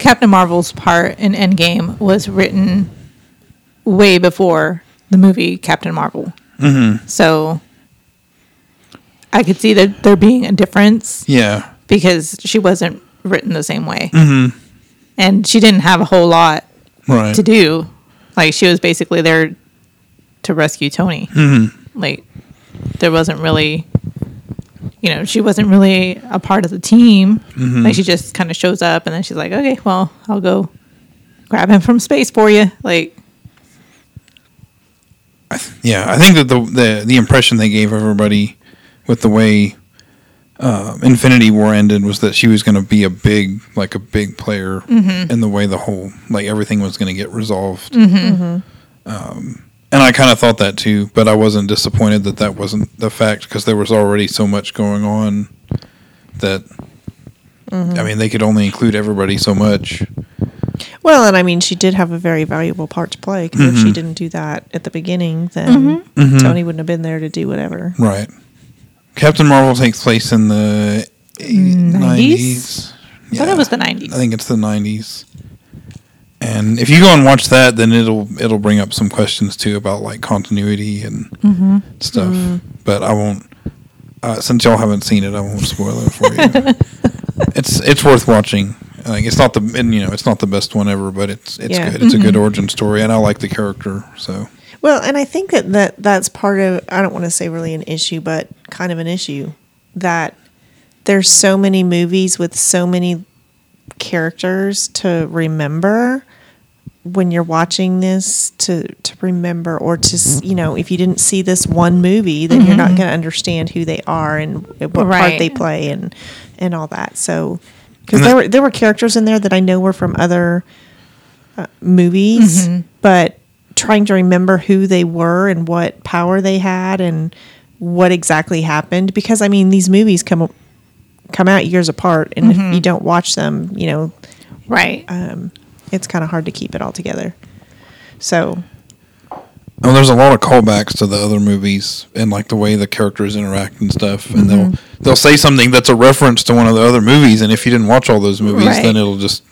B: Captain Marvel's part in Endgame was written way before the movie Captain Marvel. Mm-hmm. So I could see that there being a difference
A: Yeah,
B: because she wasn't written the same way. Mm-hmm. And she didn't have a whole lot
A: right.
B: to do. Like she was basically there to rescue Tony. Mm-hmm. Like there wasn't really, you know, she wasn't really a part of the team.
A: Mm-hmm.
B: Like she just kind of shows up and then she's like, okay, well, I'll go grab him from space for you. Like
A: Yeah, I think that the the the impression they gave everybody with the way uh, Infinity War ended was that she was going to be a big, like a big player in the way the whole, like everything was going to get resolved. Um, and I kind of thought that too, but I wasn't disappointed that that wasn't the fact because there was already so much going on that. I mean, they could only include everybody so much.
C: Well, and I mean, she did have a very valuable part to play 'cause
A: Mm-hmm.
C: if she didn't do that at the beginning, then Tony wouldn't have been there to do whatever.
A: Right. Captain Marvel takes place in the eight- 90s.
B: 90s? I thought
A: Yeah.
B: it was the
A: I
B: nineties.
A: think it's the 90s. And if you go and watch that, then it'll it'll bring up some questions too about like continuity and
B: Mm-hmm.
A: stuff. But I won't. Uh, since y'all haven't seen it, I won't spoil it for you. it's it's worth watching. Like it's not the and, you know it's not the best one ever, but it's it's
C: Yeah.
A: good. It's
B: Mm-hmm.
A: a good origin story, and I like the character. So
C: Well, and I think that, that that's part of, I don't want to say really an issue, but kind of an issue that there's so many movies with so many characters to remember when you're watching this to to remember or to s- you know if you didn't see this one movie then you're not going to understand who they are and what part
B: Right.
C: they play and and all that so because there were there were characters in there that I know were from other uh, movies but trying to remember who they were and what power they had and what exactly happened because I mean these movies come come out years apart and if you don't watch them, you know,
B: Right.
C: um, it's kind of hard to keep it all together. So
A: Oh, there's a lot of callbacks to the other movies and like the way the characters interact and stuff. And they'll they'll say something that's a reference to one of the other movies. And if you didn't watch all those movies,
B: Right.
A: then it'll just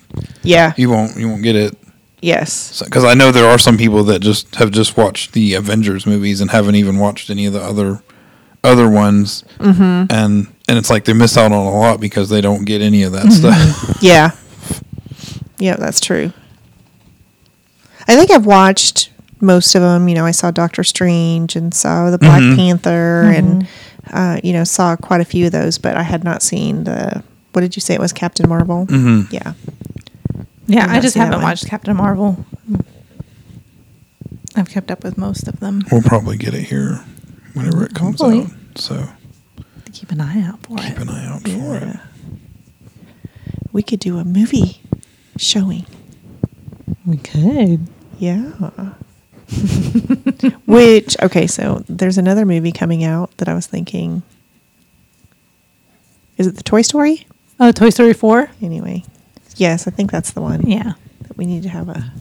C: yeah,
A: you won't you won't get it.
C: yes,
A: Because I know there are some people that just have just watched the Avengers movies and haven't even watched any of the other other ones. Mm-hmm. And and it's like they miss out on a lot because they don't get any of that stuff.
C: yeah, yeah, that's true. I think I've watched most of them. You know, I saw Doctor Strange and saw the Black Panther and uh, you know saw quite a few of those, but I had not seen the what did you say it was Captain Marvel? Mm-hmm. Yeah,
B: Yeah,
C: I've
B: I
C: not
B: just
C: seen that
B: haven't
C: one.
B: watched Captain Marvel. I've kept up with most of them.
A: we'll probably get it here whenever it comes
B: Hopefully.
A: out. So
B: Keep an eye out for
A: keep
B: it.
A: an eye out for it.
C: yeah. We could do a movie showing.
B: We could.
C: Yeah. Which okay, so there's another movie coming out that I was thinking. Is it the Toy Story?
B: Oh, Toy Story 4?
C: Anyway, yes, I think that's the one.
B: Yeah.
C: that we need to have a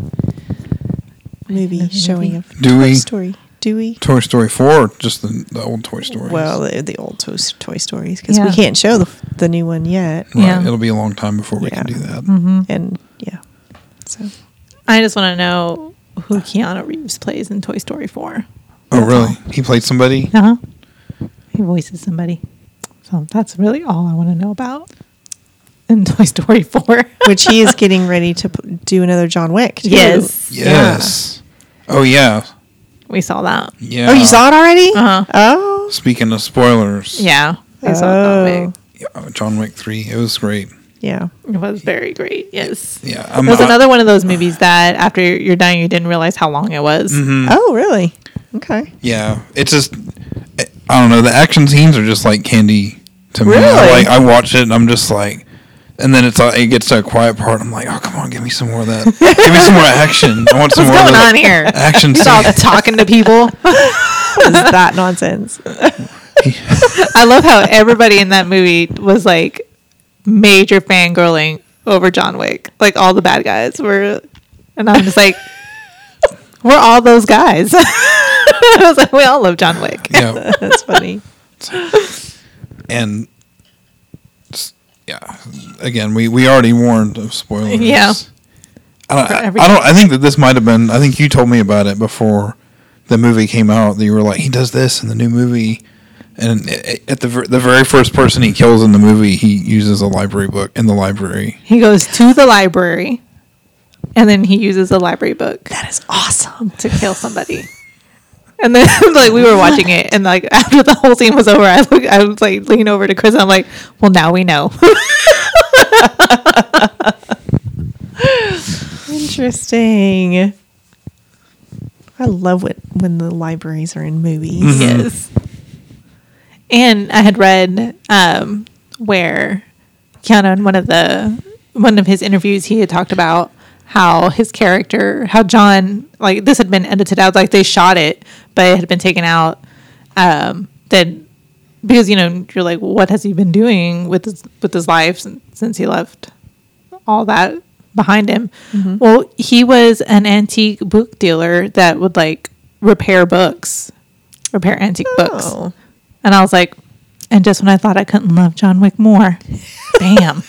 C: movie
B: Another
C: showing
B: movie.
C: of
A: Do
C: Toy
A: we-
C: Story. Do we?
A: Toy Story Four, or just the, the old Toy Story.
C: Well, the, the old Toy, Toy Stories because we
B: Yeah.
C: can't show the the new one yet,
A: right,
B: yeah. Mm-hmm.
A: it'll be a long time before we can
C: Yeah.
A: do that.
C: and yeah, so
B: I just want to know who Keanu Reeves plays in Toy Story 4.
A: Oh, really? He played somebody.
B: Uh huh. He voices somebody. So that's really all I want to know about in Toy Story 4.
C: which he is getting ready to p- do another John Wick. too.
B: Yes.
A: Yes. Oh yeah.
B: we saw that.
A: Yeah.
C: Oh, you saw it already?
B: Uh-huh.
C: Oh,
A: Speaking of spoilers.
B: Yeah. We saw that
C: Oh.
B: movie.
A: yeah, John Wick Three. It was great.
C: yeah.
B: It was very great. Yes.
A: Yeah. I'm
B: It was
A: not-
B: another one of those movies that after you're done, you didn't realize how long it was.
A: Mm-hmm. Mm.
C: Oh, really? Okay.
A: Yeah. It's just. I don't know. The action scenes are just like candy to me. I,
C: Really?
A: like I watch it and I'm just like. And then it's like it gets to a quiet part. I'm like, oh come on, give me some more of that. give me some more action. I want some
B: What's
A: more
B: going
A: of the
B: on here?
A: action
B: He's all
A: scene.
B: talking to people.
C: What is that nonsense?
B: I love how everybody in that movie was like major fangirling over John Wick. Like all the bad guys were, and I'm just like, we're all those guys. I was like, we all love John Wick.
A: Yeah.
C: That's funny.
A: and s- yeah, again, we, we already warned of spoilers.
B: Yeah.
A: I don't,
B: For
A: I, I
B: every-
A: don't. I think that this might have been. I think you told me about it before the movie came out. That you were like, he does this in the new movie, and i- i- at the ver- the very first person he kills in the movie, he uses a library book in the library.
B: He goes to the library, and then he uses a library book
C: That is awesome.
B: to kill somebody. And then like we were watching it, and like after the whole scene was over, I look, I was like lean over to Chris, and I'm like, well, now we know.
C: Interesting. I love it when the libraries are in movies.
B: Yes. And I had read um, where Keanu in one of the one of his interviews he had talked about how his character how John like this had been edited out like they shot it but it had been taken out um, that because you know you're like what has he been doing with his with his life since, since he left all that behind him.
C: Mm-hmm.
B: Well, he was an antique book dealer that would like repair books, repair antique
C: Oh.
B: books. And I was like, and just when I thought I couldn't love John Wick more, bam.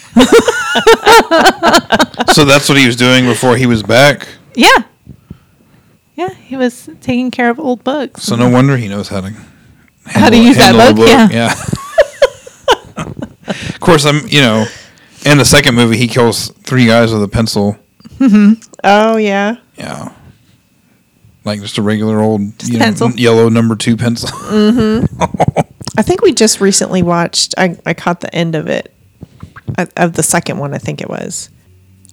A: so that's what he was doing before he was back.
B: Yeah. Yeah, he was taking care of old books.
A: So no wonder he knows how to
B: How to
A: handle-
B: use that
A: handle a
B: book, yeah.
A: of course, I'm. You know, in the second movie, he kills three guys with a pencil.
C: Oh yeah.
A: Yeah. Like just a regular old
B: a
A: you know,
B: pencil.
A: n- yellow number two pencil.
C: I think we just recently watched. I, I caught the end of it, I, of the second one. I think it was.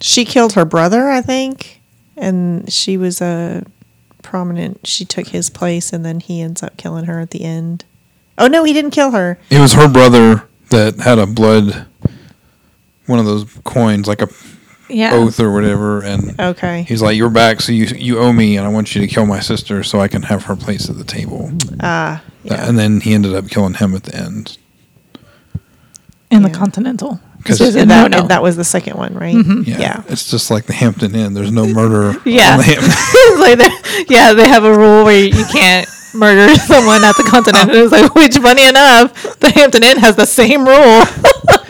C: She killed her brother. I think, and she was a prominent. She took his place, and then he ends up killing her at the end. Oh no, he didn't kill her.
A: it was her brother that had a blood, one of those coins, like a
B: Yeah.
A: oath or whatever, and
C: Okay.
A: he's like, "You're back, so you you owe me, and I want you to kill my sister so I can have her place at the table."
C: Ah, yeah.
A: And then he ended up killing him at the end.
B: in the
C: Yeah.
B: Continental.
A: 'Cause-
B: This is a
C: and that,
B: no-no.
C: and that was the second one, right?
A: Yeah,
C: Yeah.
A: it's just like the Hampton Inn. There's no murder.
B: Yeah.
A: on the Hampton.
B: It's like they're- yeah, they have a rule where you can't murder someone at the Continental. It's like, which, funny enough, the Hampton Inn has the same rule.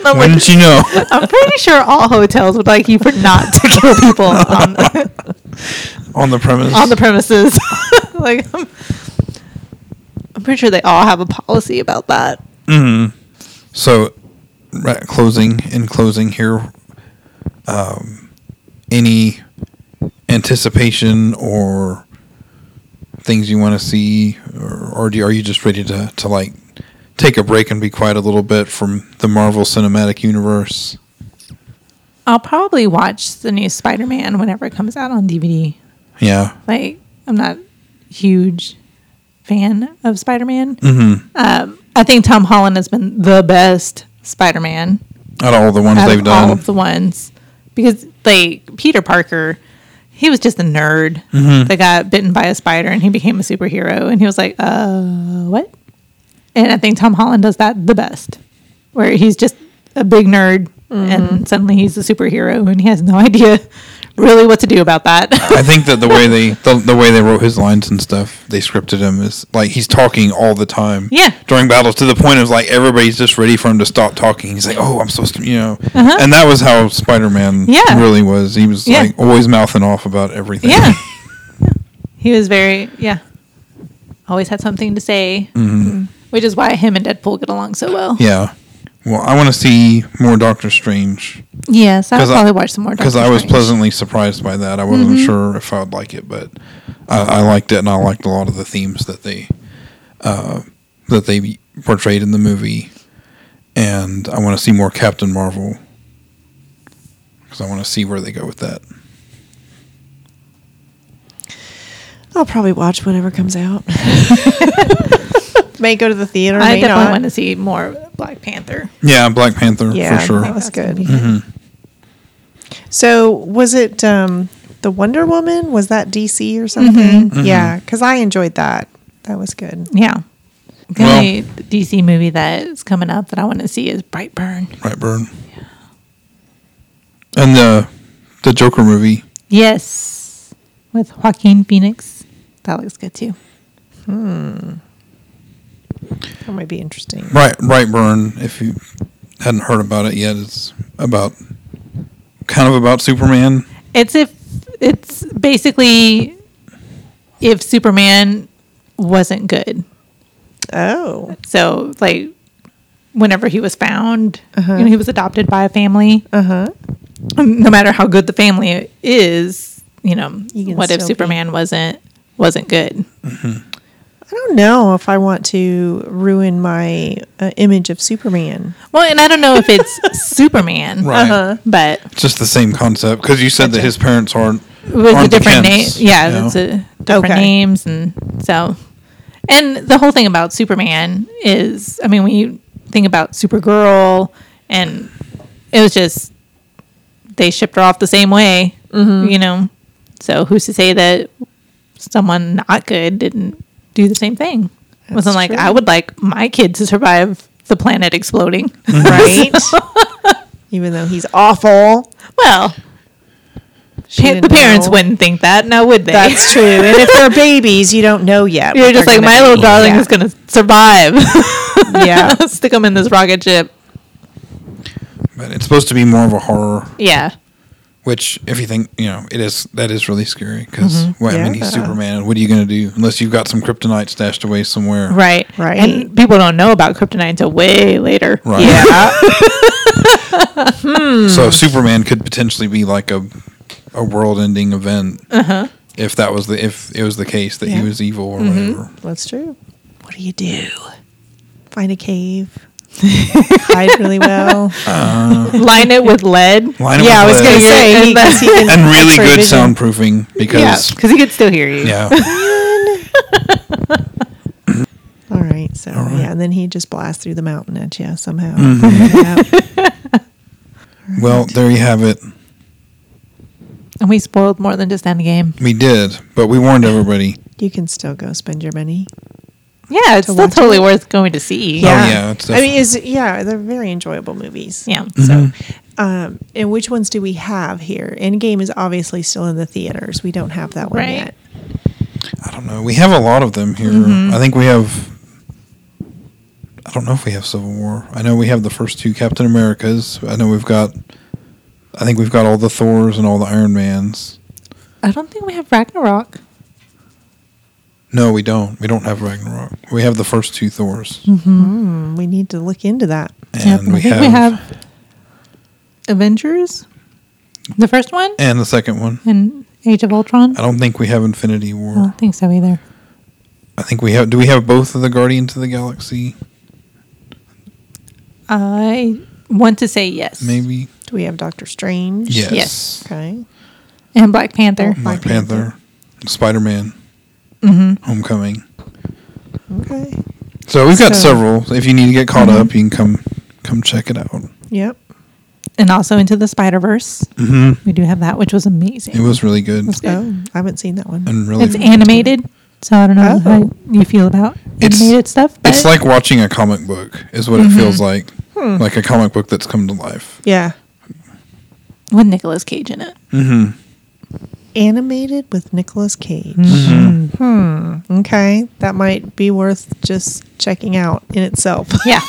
B: I'm,
A: When
B: like,
A: did you know?
B: I'm pretty sure all hotels would like you for not to kill people on,
A: on the premise.
B: on the premises. like, I'm, I'm pretty sure they all have a policy about that.
A: Mm-hmm. So, right, closing in closing here, um, any anticipation or things you want to see, or, or do, are you just ready to, to like take a break and be quiet a little bit from the Marvel Cinematic Universe?
B: I'll probably watch the new Spider Man whenever it comes out on DVD.
A: Yeah,
B: like I'm not a huge fan of Spider Man.
A: Mm-hmm.
B: Um, I think Tom Holland has been the best Spider Man
A: out of all the ones
B: out
A: they've
B: of all
A: done,
B: of the ones because like Peter Parker, he was just a nerd
A: Mm-hmm.
B: that got bitten by a spider and he became a superhero and he was like, uh, what? And I think Tom Holland does that the best, where he's just a big nerd. And suddenly he's a superhero, and he has no idea really what to do about that.
A: I think that the way they the, the way they wrote his lines and stuff, they scripted him is like he's talking all the time.
B: Yeah.
A: During battles to the point of like everybody's just ready for him to stop talking. He's like, "Oh, I'm supposed to," you know. And that was how Spider-Man
B: Uh-huh. Yeah.
A: really was. He was
B: Yeah.
A: like always mouthing off about everything.
B: Yeah. He was very, yeah. Always had something to say, which is why him and Deadpool get along so well.
A: Mm-hmm. yeah. Well, I want to see more Doctor Strange
B: Yes, I would
A: 'Cause I-
B: probably watch some more.
A: because
B: Doctor
A: I was
B: Strange.
A: pleasantly surprised by that. I wasn't
C: Mm-hmm.
A: sure if I'd like it, but I, I liked it, and I liked a lot of the themes that they uh, that they portrayed in the movie. And I want to see more Captain Marvel because I want to see where they go with that.
C: I'll probably watch whatever comes out. may go to the theater.
B: I
C: may
B: definitely
C: not.
B: want to see more Black Panther.
A: Yeah, Black Panther
C: Yeah,
A: for sure.
C: that was
B: That's gonna
C: good.
B: be
A: Mm-hmm.
B: good.
C: So was it um, the Wonder Woman? Was that DC or something?
B: Mm-hmm.
A: Mm-hmm.
C: Yeah, because I enjoyed that. That was good.
B: Yeah. The
A: Well-
B: only DC movie that is coming up that I want to see is Brightburn.
A: Right, Burn. And the the Joker movie.
B: Yes, with Joaquin Phoenix. That looks good too.
C: That might be interesting.
A: Right, Brightburn. If you hadn't heard about it yet, it's about kind of about Superman.
B: It's if it's basically if Superman wasn't good.
C: Oh,
B: So like whenever he was found,
C: Uh-huh.
B: you know, he was adopted by a family. No matter how good the family is, you know,
C: You can
B: what if
C: still
B: Superman wasn't wasn't good?
C: I don't know if I want to ruin my uh, image of Superman.
B: Well, and I don't know if it's Superman,
A: Right.
C: Uh-huh.
B: but
A: Just the same concept because you said that his parents aren't
B: with a
A: aren't
B: different name.
A: Kents,
B: Yeah,
A: you know?
B: it's a different
C: Okay.
B: names, and so, and the whole thing about Superman is, I mean, when you think about Supergirl, and it was just they shipped her off the same way,
C: Mm-hmm.
B: you know. So who's to say that someone not good didn't do the same thing? Wasn't like
C: true.
B: I would like my kid to survive the planet exploding.
A: Hmm.
C: right? Even though he's awful.
B: well,
C: She
B: pa- the
C: didn't
B: parents
C: know.
B: wouldn't think that, now would they?
C: That's true. And if they're babies, you don't know yet.
B: You're
C: what
B: just
C: they're
B: like,
C: gonna
B: my
C: be."
B: little darling
C: yeah.
B: is going to survive.
C: Yeah.
B: Stick him in this rocket ship.
A: But it's supposed to be more of a horror,
B: Yeah.
A: which if you think you know, it is that is really scary because I mean he's
C: Mm-hmm. Yeah.
A: Superman. and What are you going to do unless you've got some kryptonite stashed away somewhere?
B: Right.
C: Right.
B: And people don't know about kryptonite until way later.
A: Right.
C: yeah. Hmm.
A: So Superman could potentially be like a a world-ending event if that was the if it was the case that
C: Uh-huh. Yeah. Mm-hmm.
A: he was evil or whatever.
C: That's true. What do you do? Find a cave. Hide really well.
B: Line it with lead.
A: Line it
C: yeah, I
A: with
C: was
A: lead.
C: going to say he, 'cause he can
A: and really
C: X-ray
A: good
C: vision.
A: soundproofing
B: Yeah.
A: because
B: Because he could still hear you.
A: yeah.
C: All right, so yeah, and then he just blasts through the mountain at you somehow.
A: Well, there you have it.
B: And we spoiled more than just Endgame.
A: We did, but we warned everybody.
C: You can still go spend your money.
B: Yeah, it's still
C: watch
B: totally worth going to see.
A: Yeah. yeah, it's
C: I mean, is yeah, they're very enjoyable movies.
B: Yeah.
A: Mm-hmm.
C: So, um, and which ones do we have here? Endgame is obviously still in the theaters. We don't have that one
B: Right.
C: yet.
A: I don't know. We have a lot of them here. I think we have. I don't know if we have Civil War. I know we have the first two Captain Americas. I know we've got. I think we've got all the Thors and all the Iron Mans.
B: I don't think we have Ragnarok.
A: No, we don't. We don't have Ragnarok. We have the first two Thors,
C: Mm, We need to look into that.
A: and
B: I
A: we,
B: think
A: have,
B: we have Avengers, the first one,
A: and the second one.
B: and Age of Ultron.
A: I don't think we have Infinity War.
B: I don't think so either.
A: I think we have. Do we have both of the Guardians of the Galaxy?
B: I want to say yes.
A: Maybe.
C: Do we have Doctor Strange?
A: Yes.
B: Yes.
C: Okay.
B: And Black Panther.
A: Black
C: Black
A: Panther, Spider Man, Homecoming.
C: Okay.
A: So we've got
B: So- Mm-hmm.
A: several. If you need to get caught up, you can come come check it out.
C: Yep.
B: And also into the Spider Verse. Mm-hmm. We do have that, which was amazing.
A: It was really good
B: That's good.
C: Oh, I haven't seen that one.
A: and really.
B: It's animated, so I don't know
C: Oh.
B: how you feel about
A: It's-
B: animated stuff. But
A: it's like watching a comic book, is what
B: Mm-hmm.
A: it feels like.
B: Hmm.
A: Like a comic book that's come to life.
C: yeah.
B: with Nicolas Cage in it.
C: Animated with Nicolas Cage. Hmm. Okay. That might be worth just checking out in itself.
B: Yeah.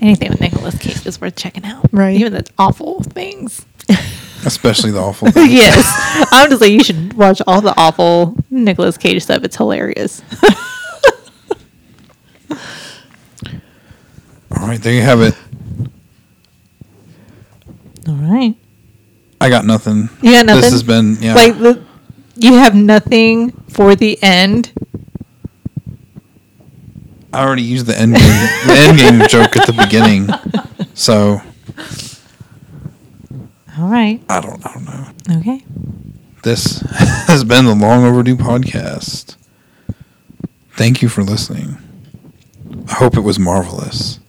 B: Anything with Nicolas Cage is worth checking out.
C: Right.
B: Even the awful things.
A: Especially the awful. thing.
B: yes. I'm just like, you should watch all the awful Nicolas Cage stuff. It's hilarious.
A: All right, there you have it.
B: All right.
A: I got nothing.
B: You got nothing?
A: This has been yeah.
B: Like, the, you have nothing for the end.
A: I already used the end game, the end game joke at the beginning, so
B: All right.
A: I don't I don't know.
B: Okay.
A: This has been the long overdue podcast. Thank you for listening. I hope it was marvelous.